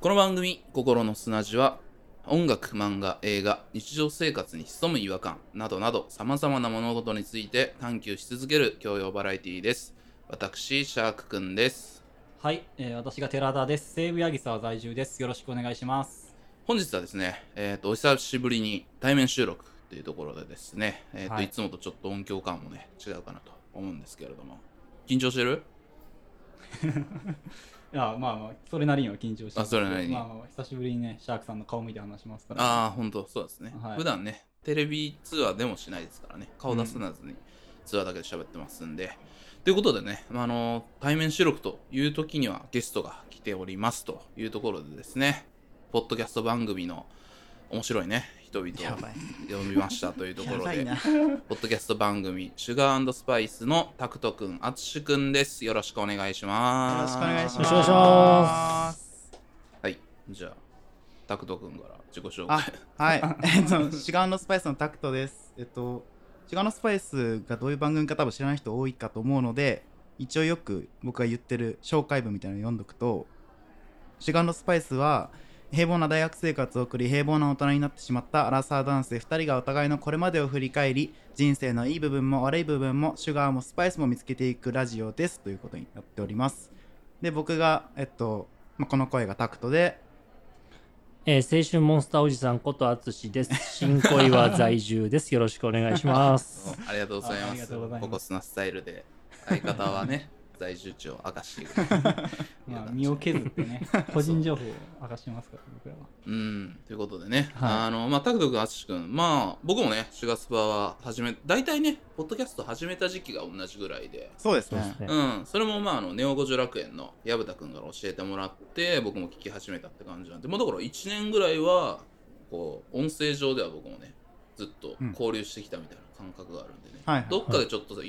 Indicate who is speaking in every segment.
Speaker 1: この番組「心の砂地は」音楽漫画映画日常生活に潜む違和感などなどさまざまな物事について探求し続ける教養バラエティーです私シャークくんです
Speaker 2: はい、えー、私が寺田です。西武八木沢在住です。よろしくお願いします。
Speaker 1: 本日はですね、えー、とお久しぶりに対面収録というところでですね、えーと、
Speaker 2: はいい
Speaker 1: つもとちょっと音響感もね違うかなと思うんですけれども緊張してる
Speaker 2: いや、まあまあ、それなりには緊張してます
Speaker 1: あそれなりに
Speaker 2: まあまあ、久しぶりにね、シャークさんの顔見て話しますから。
Speaker 1: ああ、本当そうですね、
Speaker 2: はい
Speaker 1: 普段ね、テレビ通話でもしないですからね、顔出さずに通話だけで喋ってますんで。ということでね、まああの対面収録という時にはゲストが来ておりますというところでですね、ポッドキャスト番組の面白いね、人々
Speaker 3: や
Speaker 1: を
Speaker 3: ばい。
Speaker 1: 呼びましたというとこ
Speaker 3: や
Speaker 1: ろ
Speaker 3: ばい
Speaker 1: で、
Speaker 3: な。
Speaker 1: ポッドキャスト番組、シュガースパイスのタクトくん、アツシくんです。よろしくお願いし
Speaker 3: よ
Speaker 1: ま
Speaker 3: ろ
Speaker 1: す。
Speaker 3: しくお願いします。
Speaker 4: よろしくお願いし
Speaker 1: はい、じゃあ、タクトくんから自己紹
Speaker 3: あ
Speaker 1: 介。、
Speaker 3: はい。 えっと、シガンのスパイスのタクトです。えっと、シガンのスパイスがどういう番組か多分知らない人多いかと思うので、一応よく僕が言ってる紹介文みたいなの読んどくと、シガンのスパイスは、平凡な大学生活を送り平凡な大人になってしまったアラサー男性2人がお互いのこれまでを振り返り人生のいい部分も悪い部分もシュガーもスパイスも見つけていくラジオですということになっておりますで僕が、えっとまあ、この声がタクトで
Speaker 4: えー、青春モンスターおじさんことあつしです。新小岩在住です。よろしくお願いします。
Speaker 1: ありがとうござい
Speaker 2: ああ
Speaker 1: ま
Speaker 2: り
Speaker 1: す。
Speaker 2: がとうございます
Speaker 1: ココスナスタイルで、相方はね、 在住地を明かしていく。
Speaker 2: まあ、身を削って ね、個人情報を明かしますから、僕らは。
Speaker 1: うん、ということでね、
Speaker 2: はい
Speaker 1: あの、まあ、タクト君、アツシ君、まあ、僕もね、シュガスパは始め、大体ね、ポッドキャスト始めた時期が同じぐらいで、
Speaker 3: そうです
Speaker 4: そうで
Speaker 3: ね
Speaker 4: すね。
Speaker 1: うん、それもまあ、あの、ネオ五条楽園の薮田君から教えてもらって、僕も聞き始めたって感じなんで、もうだから1年ぐらいは、こう、音声上では僕もね、ずっと交流してきたみたいな感覚があるんでね、
Speaker 3: はいはい
Speaker 1: どっかでちょっとさ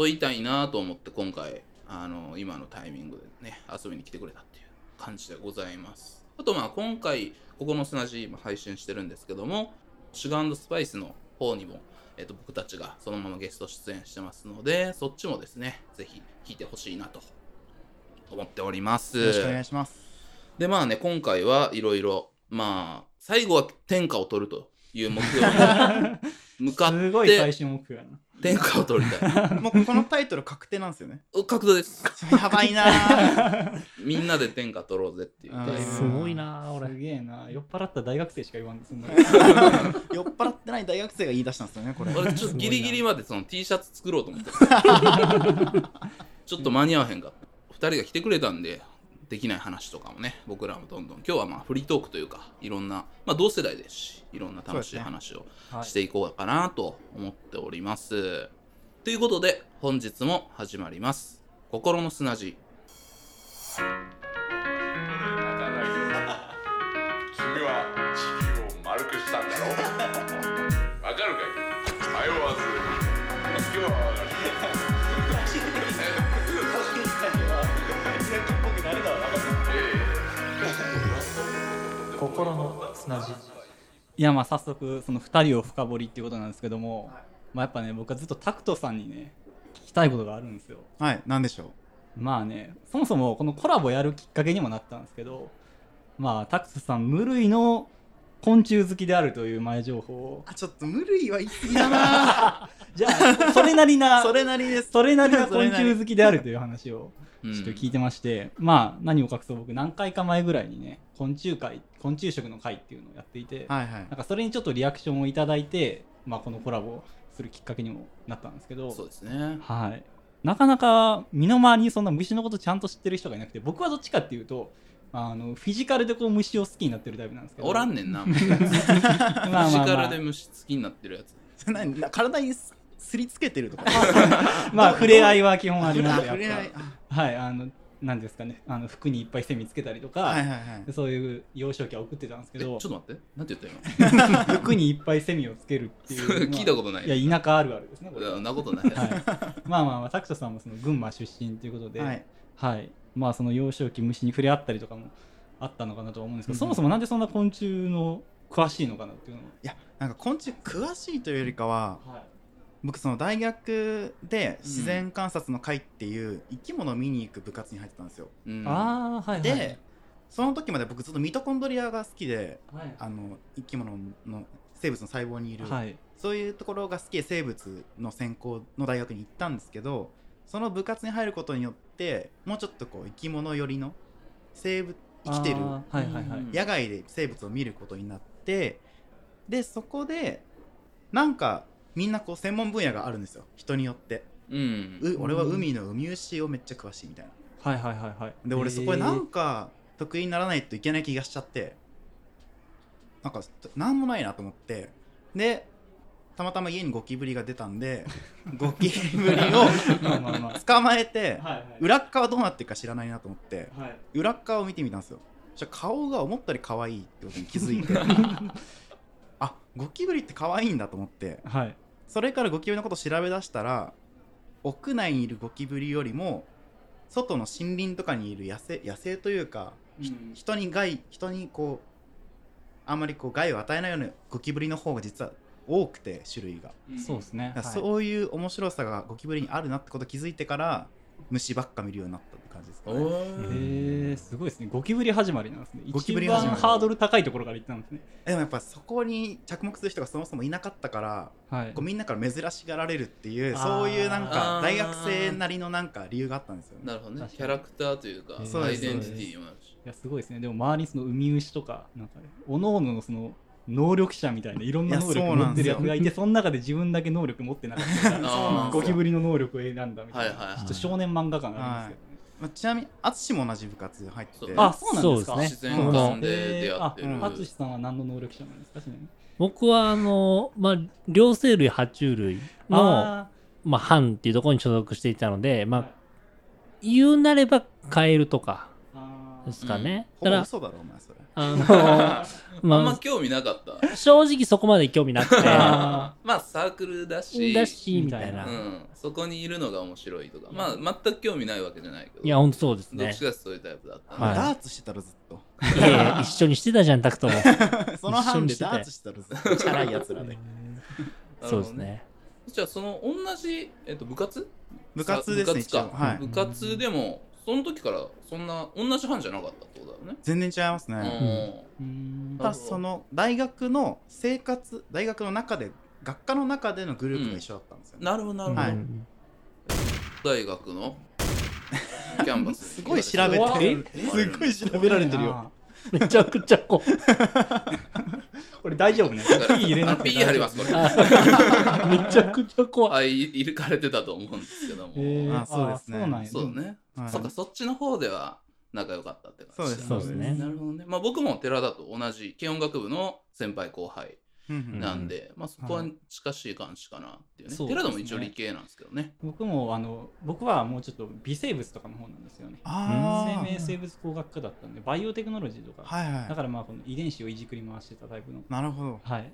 Speaker 1: 誘いたいなと思って、今回、あの、今のタイミングでね、遊びに来てくれたっていう感じでございます。あとまあ、今回、ここの砂地今配信してるんですけども、シュガースパイスの方にも、えっと僕たちがそのままゲスト出演してますので、そっちもですね、ぜひ聞いてほしいなと思っております。
Speaker 3: よろしくお願いします。
Speaker 1: で、まあね、今回はいろいろ、まあ、最後は天下を取るという目標に向か
Speaker 2: すごい最
Speaker 1: って、
Speaker 2: 終目標やな。
Speaker 1: 天下を取りたい。
Speaker 3: もうこのタイトル確定なんですよ ね。
Speaker 1: 角度です。
Speaker 3: やばいなー。
Speaker 1: みんなで天下取ろうぜっていう。
Speaker 3: うん
Speaker 4: すごいなあ、
Speaker 2: す
Speaker 4: 俺。
Speaker 2: げえな。酔っ払った大学生しか言わんです んな
Speaker 3: 酔っ払ってない大学生が言い出したんですよね、これ。
Speaker 1: 俺ちょっとギリギリまでその T シャツ作ろうと思ってち ょっと間に合わへんかった2人が来てくれたんでできない話とかもね僕らもどんどん今日はまあフリートークというかいろんな、まあ、同世代ですしいろんな楽しい話を
Speaker 2: はい
Speaker 1: していこうかなと思っております、ということで本日も始まります心の砂地
Speaker 5: 君は地球を丸くしたんだろ うわかるかい迷わず今日はわかる
Speaker 2: 心の砂地。いや、まあ、早速、その二人を深掘りっていうことなんですけども、まあ、やっぱね、僕はずっとタクトさんにね、聞きたいことがあるんですよ。
Speaker 3: はい、なんでしょう。
Speaker 2: まあね、そもそもこのコラボやるきっかけにもなったんですけど、まあ、タクトさん、無類の昆虫好きであるという前情報を、
Speaker 3: あ、ちょっと無理は言い過ぎだな
Speaker 2: じゃあ、それなりな、
Speaker 3: ー。 それなりです。
Speaker 2: それなりな昆虫好きであるという話を
Speaker 1: うん
Speaker 2: ちょっと聞いてまして、まあ、何を隠そう、僕、何回か前ぐらいにね、昆虫会、昆虫食の会っていうのをやっていて、
Speaker 3: はいはい
Speaker 2: なん。かそれにちょっとリアクションをいただいて、まあ、このコラボをするきっかけにもなったんですけど、
Speaker 1: そうですね
Speaker 2: はい、なかなか身の回りにそんな虫のことちゃんと知ってる人がいなくて僕はどっちかっていうとあのフィジカルでこう虫を好きになってるタイプなんですけど
Speaker 1: おらんねん なみたいなやつ
Speaker 2: まあまあ
Speaker 1: 虫
Speaker 2: まあ
Speaker 1: からで虫好きになってるやつ
Speaker 3: それなにな体にすすりつけてるとか。
Speaker 2: まあ触れ合いは基本あ
Speaker 3: あ
Speaker 2: りますやっ
Speaker 3: 触れ合い。
Speaker 2: ぱはいあのなんですかねあの服にいっぱいセミつけたりとか、
Speaker 3: あはいはいはい。
Speaker 2: そういう幼少期は送ってたんですけ
Speaker 1: えちょ
Speaker 2: ど
Speaker 1: っと待ってなんて言った
Speaker 2: 服にいっぱいセミをつけるってい
Speaker 1: 今
Speaker 2: う
Speaker 1: 聞いたことない
Speaker 2: いや田舎あるあるですねこれは
Speaker 1: そんなことない、
Speaker 2: はい、まあまあまあ拓人さんもその群馬出身ということで、
Speaker 3: はい、
Speaker 2: はい、まあその幼少期虫に触れ合ったりとかもあったのかなとは思うんですけど、
Speaker 3: うん
Speaker 2: そもそもなんでそんな昆虫の詳しいのかなっていうのを、
Speaker 3: なんか昆虫詳しいというよりかは
Speaker 2: はい
Speaker 3: 僕その大学で自然観察の会っていう生き物を見に行く部活に入ってたんですよ、
Speaker 1: うん
Speaker 2: ああはいはい
Speaker 3: でその時まで僕ずっとミトコンドリアが好きで
Speaker 2: はい
Speaker 3: あの生き物の生物の細胞にいる、
Speaker 2: はい
Speaker 3: そういうところが好きで生物の専攻の大学に行ったんですけどその部活に入ることによってもうちょっとこう生き物寄りの生物生きてる
Speaker 2: あーはいはいはい
Speaker 1: うん
Speaker 3: 野外で生物を見ることになってでそこでなんかみんなこう専門分野があるんですよ人によって
Speaker 1: うん。
Speaker 3: う俺は海のウミウシをめっちゃ詳しいみたいな
Speaker 2: はいはいはいはい
Speaker 3: で俺そこでな
Speaker 2: か
Speaker 3: んか得意にならないといけない気がしちゃってなんかなんもないなと思ってでたまたま家にゴキブリが出た んでゴキブリを
Speaker 2: まあまあ ま
Speaker 3: 捕まえて
Speaker 2: あはいはい
Speaker 3: 裏っ側どうなってるか知らないなと思って
Speaker 2: はい
Speaker 3: 裏っ側を見てみたんですよそしたら顔が思ったより可愛いってことに気づいて あゴキブリって可愛いんだと思って
Speaker 2: はい
Speaker 3: それからゴキブリのことを調べ出したら屋内にいるゴキブリよりも外の森林とかにいる野生野生というか、ひ
Speaker 2: うん
Speaker 3: 人に害人にこうあんまりこう害を与えないようなゴキブリの方が実は多くて種類が、
Speaker 2: そうですね
Speaker 3: だからそういう面白さがゴキブリにあるなってことを気づいてから虫ばっか見るようになったって感じですか
Speaker 1: お
Speaker 3: ね
Speaker 2: はい
Speaker 1: ー
Speaker 2: へえすごいですねゴキブリ始まりなんですね
Speaker 3: ゴ
Speaker 2: 一
Speaker 3: キブリ始まり
Speaker 2: 番ハードル高いところから行ったんですね
Speaker 3: でもやっぱそこに着目する人がそもそもいなかったから
Speaker 2: はい
Speaker 3: こうみんなから珍しがられるっていう
Speaker 4: あー
Speaker 3: そういうなんか
Speaker 1: あー
Speaker 3: 大学生なりのなんか理由があったんですよね
Speaker 1: なるほどね
Speaker 2: 確か。に
Speaker 1: キャラクターというか、
Speaker 2: え
Speaker 3: ー
Speaker 1: アイデンティティもあるし。
Speaker 2: いやすごいですねでも周りにそのウミウシとかなんかおのおののその能力者みたいないろんな能
Speaker 3: いや
Speaker 2: 力
Speaker 3: そう
Speaker 2: 持
Speaker 3: な
Speaker 2: っ
Speaker 3: ん
Speaker 2: て
Speaker 3: です
Speaker 2: る
Speaker 3: よ
Speaker 2: やつがいてその中で自分だけ能力持ってなかった
Speaker 1: そ
Speaker 2: から
Speaker 1: うなんですよ
Speaker 2: ゴキブリの能力を選んだみたいな、
Speaker 1: はいはいはい
Speaker 2: ちょっと少年漫画感がありますけどね、
Speaker 3: まあ、ちなみに淳も同じ部活入ってて
Speaker 1: そう
Speaker 2: あそうなんですか
Speaker 4: そうですね
Speaker 1: 自然が遊んで出会って
Speaker 3: う
Speaker 1: る
Speaker 3: ん。
Speaker 2: あ、淳さんは何の能力者なんですかちなみに
Speaker 4: 僕は、あの、まあ、両生類、爬虫類の、
Speaker 2: あ
Speaker 4: まあ、班っていうところに所属していたので、
Speaker 2: ー
Speaker 4: まあ、言うなればカエルとか
Speaker 2: あ
Speaker 4: ですかね。
Speaker 3: ほぼ
Speaker 4: だから、
Speaker 3: 嘘だろお前それ
Speaker 4: あの、
Speaker 1: あんま
Speaker 4: ま
Speaker 1: 興味なかった。
Speaker 4: あ、正直そこまで興味なくて、
Speaker 2: あ
Speaker 1: まあサークルだし、
Speaker 4: だし、みたいな
Speaker 1: う。ん、そこにいるのが面白いとか、まあ全く興味ないわけじゃないけど、
Speaker 4: いや、ほんとそうです
Speaker 1: どっ
Speaker 4: ね
Speaker 1: ち。かってそういうタイプだったんで、
Speaker 4: はい
Speaker 3: ダーツしてたろずっと
Speaker 4: いやいや一緒にしてたじゃん、タクトも。
Speaker 3: その班で
Speaker 4: 一緒にしてて
Speaker 3: ダーツしてたろずっとチャラいやつらで
Speaker 1: なるほど
Speaker 4: そうですね。
Speaker 1: じゃあその同じ、えっと、部活
Speaker 3: 部活ですね
Speaker 1: 部活か
Speaker 3: 一応はい
Speaker 1: 部活でもその時からそんな同じ班じゃなかったってことだよね
Speaker 3: 全然違います
Speaker 1: う
Speaker 3: ね、
Speaker 1: ん
Speaker 2: ーうーん
Speaker 1: ん
Speaker 3: ただその大学の生活大学の中で学科の中でのグループが一緒だったんですよね、
Speaker 1: なるほどなるほど、
Speaker 3: はい
Speaker 4: うん
Speaker 1: 大学のキャンパス
Speaker 3: すごい調べてる
Speaker 1: え
Speaker 3: すごい調べられてるよ
Speaker 4: めちゃくちゃこう、
Speaker 2: これ大丈夫ね
Speaker 1: だから
Speaker 2: P 入れなくて
Speaker 1: あ P 入れますこれ
Speaker 4: あめちゃくちゃ怖い。
Speaker 1: あい入れかれてたと思うんですけども、
Speaker 2: えー
Speaker 3: あそうですね
Speaker 2: あそうなんや
Speaker 1: そうね、
Speaker 3: はい
Speaker 1: そっかそっちの方では仲良かったって感じだ
Speaker 3: そうです
Speaker 4: そうですね
Speaker 1: なるほどね、まあ、僕も寺田と同じ軽音楽部の先輩後輩
Speaker 3: うんうん
Speaker 1: なんで、まあ、そこは近しい感じかなっていうね、
Speaker 2: そうですね
Speaker 1: 寺田も一応理系なんですけどね
Speaker 2: 僕もあの僕はもうちょっと微生物とかの方なんですよね
Speaker 3: あ
Speaker 2: 生
Speaker 3: ー
Speaker 2: 命生物工学科だったんでバイオテクノロジーとか、
Speaker 3: はい
Speaker 2: だ
Speaker 3: は
Speaker 2: からまあこの遺伝子をいじくり回してたタイプの
Speaker 3: いなるほど
Speaker 2: はい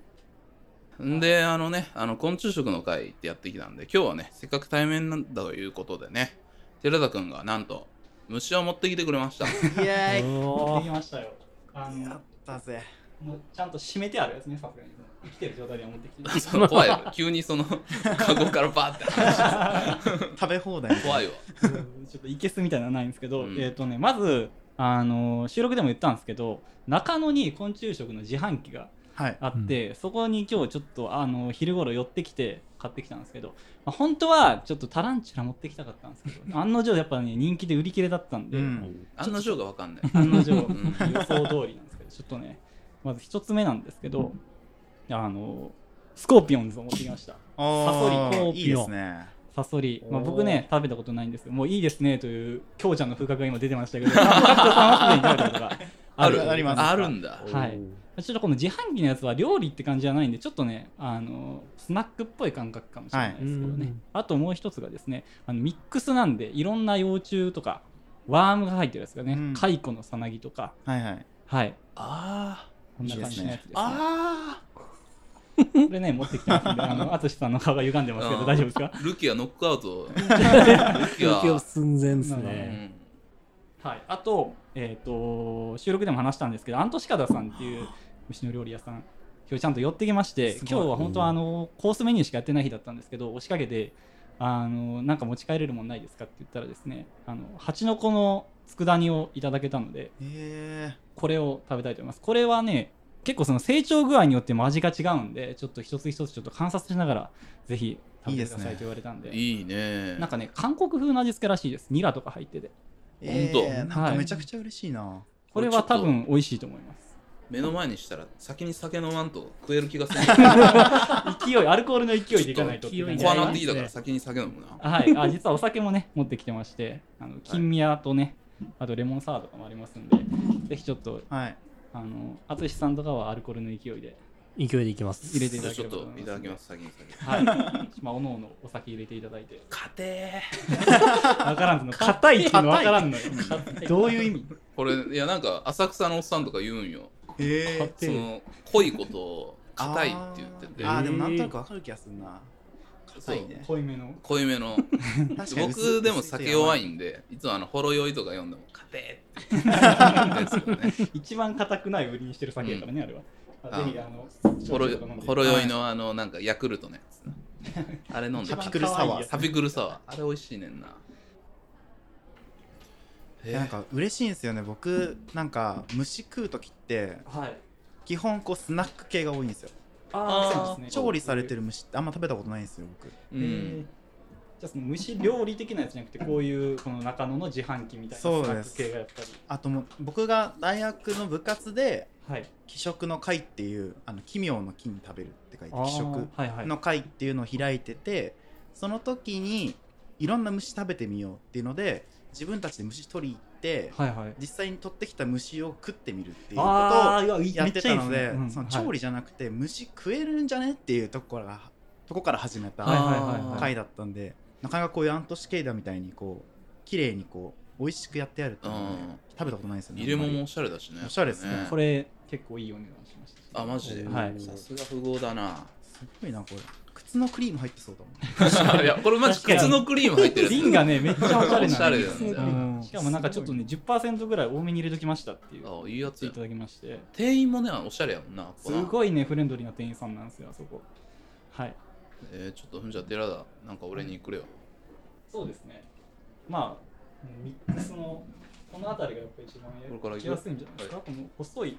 Speaker 1: んであのねあの昆虫食の会ってやってきたんで今日はねせっかく対面なんだということでね寺田くんがなんと虫を持ってきてくれました
Speaker 3: イエーイ
Speaker 2: 持
Speaker 4: お
Speaker 2: って
Speaker 4: ー
Speaker 2: きましたよあの
Speaker 3: やったぜ
Speaker 2: もうちゃんと締めてあるやつねさすがに生きてる状態では持ってきてな い
Speaker 1: その怖いわ急にその カゴからバーって離して
Speaker 3: 食べ放題
Speaker 1: 怖いわ
Speaker 2: うんちょっといけすみたいなのはないんですけど、
Speaker 1: うん
Speaker 2: えっ、とねまずあのー収録でも言ったんですけど中野に昆虫食の自販機が
Speaker 3: はい
Speaker 2: あって、そこに今日ちょっとあの昼頃寄ってきて買ってきたんですけど、まあ、本当はちょっとタランチュラ持ってきたかったんですけど案の定やっぱね人気で売り切れだったんで、
Speaker 3: うん
Speaker 1: 案の定がわかんない
Speaker 2: 案の定予
Speaker 1: ん
Speaker 2: 想通りなんですけどちょっとねまず一つ目なんですけどあのスコーピオンズを持ってきました
Speaker 3: あー
Speaker 2: サソリコー
Speaker 4: ピオ
Speaker 3: いいですね
Speaker 2: サソリ、まあ、
Speaker 4: おー
Speaker 2: 僕ね食べたことないんですけどもういいですねという強ちゃんの風格が今出てましたけどタクトさんはすでに食べたことがある
Speaker 3: あります
Speaker 1: あるんだ
Speaker 2: はいちょっとこの自販機のやつは料理って感じじゃないんでちょっとねあのスナックっぽい感覚かもしれないですけどね、
Speaker 4: はいうん
Speaker 2: あともう一つがですねあのミックスなんでいろんな幼虫とかワームが入ってるやつがね、
Speaker 3: うん
Speaker 2: 蚕のさなぎとか
Speaker 3: はいはい
Speaker 2: はい
Speaker 1: あ
Speaker 2: こんな感じのやつです、ね
Speaker 1: ああ
Speaker 2: これね持ってきてますんであの淳さんの顔が歪んでますけ
Speaker 1: う
Speaker 2: ど
Speaker 1: ん
Speaker 2: 大丈夫ですか
Speaker 1: あルキアノックアウトルキ
Speaker 4: 休
Speaker 1: ア
Speaker 4: 憩寸前です
Speaker 2: なる
Speaker 1: う
Speaker 2: ほ
Speaker 4: ね。
Speaker 1: ん
Speaker 2: はい、あと,、えー、と収録でも話したんですけどアントシカダさんっていう虫の料理屋さん今日ちゃんと寄ってきまして
Speaker 3: すごい
Speaker 2: 今日は本当はあのコースメニューしかやってない日だったんですけど押しかけてあのなんか持ち帰れるもんないですかって言ったらですねあの蜂の子の佃煮をいただけたので
Speaker 3: え
Speaker 2: これを食べたいと思いますこれはね結構その成長具合によっても味が違うんでちょっと一つ一つちょっと観察しながらぜひ食べてくださいと言われたんで
Speaker 1: いいね
Speaker 2: なんかね韓国風の味付けらしいですニラとか入ってて
Speaker 3: ー、え
Speaker 1: ほんと
Speaker 3: ー、なんかめちゃくちゃ嬉しいな、
Speaker 2: これは多分美味しいと思います
Speaker 1: 目の前にしたら先に酒飲まんと食える気がする
Speaker 2: 勢いアルコールの勢いでいかないと
Speaker 4: ちょっと勢い
Speaker 1: 怖
Speaker 4: で
Speaker 1: なってきたから先に酒飲むな
Speaker 2: はい、あ実はお酒もね持ってきてましてあの金宮とね、あとレモンサワーとかもありますんでぜひちょっと
Speaker 3: はい
Speaker 2: あの淳さんとかはアルコールの勢いで
Speaker 4: 勢いでいきます。
Speaker 2: 入れてい
Speaker 1: じ
Speaker 2: た
Speaker 1: ゃあ
Speaker 2: だ
Speaker 1: ち
Speaker 2: け
Speaker 1: ょ
Speaker 2: れ
Speaker 1: っ
Speaker 2: ば
Speaker 1: と
Speaker 2: 思
Speaker 1: い
Speaker 2: い
Speaker 1: ただき
Speaker 2: ま
Speaker 1: ますす先に酒
Speaker 2: はい、まあ、おのおのお酒入れていただいて
Speaker 1: 勝て
Speaker 2: わからんの硬いっていうのわからんのよどういう意味
Speaker 1: これいやなんか浅草のおっさんとか言うんよ
Speaker 3: え
Speaker 1: そ
Speaker 2: 勝
Speaker 3: ー、
Speaker 1: の濃いことを硬いって言ってて
Speaker 3: あーあーでもな
Speaker 4: えー
Speaker 3: んとなくわかる気がするな硬いね
Speaker 2: 濃いめの
Speaker 1: 濃いめの
Speaker 3: 確かに薄
Speaker 1: 僕
Speaker 3: い
Speaker 1: でも酒弱
Speaker 3: 薄
Speaker 1: いんでいつもあのほろ酔いとか読んでも「勝て!」って言うん ですよね
Speaker 2: 一番硬くない売りにしてる酒だからね、あれは
Speaker 1: あ
Speaker 2: あぜひあの
Speaker 1: ほろ
Speaker 2: 焼酎とか飲んで
Speaker 1: ほろ酔いのあのなんかヤクルトのやつあれ飲んで
Speaker 3: サピクルサワー
Speaker 1: サピクルサワーあれ美味しいねんな
Speaker 3: い
Speaker 1: え
Speaker 3: やなんか嬉しいんですよね僕なんか虫食う時って
Speaker 2: はい
Speaker 3: 基本こうスナック系が多いんですよ
Speaker 1: あー
Speaker 2: そうですね
Speaker 3: 調理されてる虫ってあんま食べたことないんですよ僕
Speaker 1: う
Speaker 2: へー
Speaker 1: ん
Speaker 2: じゃあその虫料理的なやつじゃなくてこういうこの中野の自販機みたいな
Speaker 3: そうです
Speaker 2: スナック系がやっぱり
Speaker 3: あともう僕が大学の部活で
Speaker 2: はい
Speaker 3: 気食の会っていうあの奇妙の木に食べるって書いて気食
Speaker 2: あーはいはい
Speaker 3: の会っていうのを開いててその時にいろんな虫食べてみようっていうので自分たちで虫取り行って
Speaker 2: はいはい
Speaker 3: 実際に取ってきた虫を食ってみるっていうことを
Speaker 2: ああいやいい
Speaker 3: やってたの
Speaker 2: めっちゃいい
Speaker 3: で
Speaker 2: すねうん
Speaker 3: その調理じゃなくて虫食えるんじゃねっていうとこからとこから始め
Speaker 2: はい
Speaker 3: た
Speaker 2: はいはいはい
Speaker 3: 回だったんでなかなかこういうアントシケイダみたいにこう綺麗にこう美味しくやってやるっていうのはね食べたことないですよね
Speaker 1: 入れ
Speaker 3: あんまり
Speaker 1: 物おしゃれだしね
Speaker 3: おしゃれですね
Speaker 1: やっぱ
Speaker 2: これ結構いいお値段しましたし
Speaker 1: あマジで
Speaker 2: はい
Speaker 1: さすが富豪だな
Speaker 3: すごいなこれ靴のクリーム入ってそうだもん
Speaker 1: いやこれマジ靴のクリーム入ってる
Speaker 2: 瓶がねめっちゃおしゃれ
Speaker 1: おしゃ
Speaker 2: なん
Speaker 1: れな
Speaker 2: で
Speaker 1: んだよ
Speaker 2: うんしかもなんかちょっとね10%ぐらい多めに入れときましたっていう
Speaker 1: あいいやつや
Speaker 2: 言っていただきまして
Speaker 1: 店員もねおしゃれやもんな
Speaker 2: す
Speaker 1: い、
Speaker 2: ごいねフレンドリーな店員さんなんですよあそこはい
Speaker 1: えー、ちょっとふんじゃ寺田なんか俺にくれよ
Speaker 2: そうですねまあミックスのこの辺りがやっぱり一番
Speaker 1: これから行
Speaker 2: や
Speaker 1: く
Speaker 2: きやすいんじゃないですか、この細い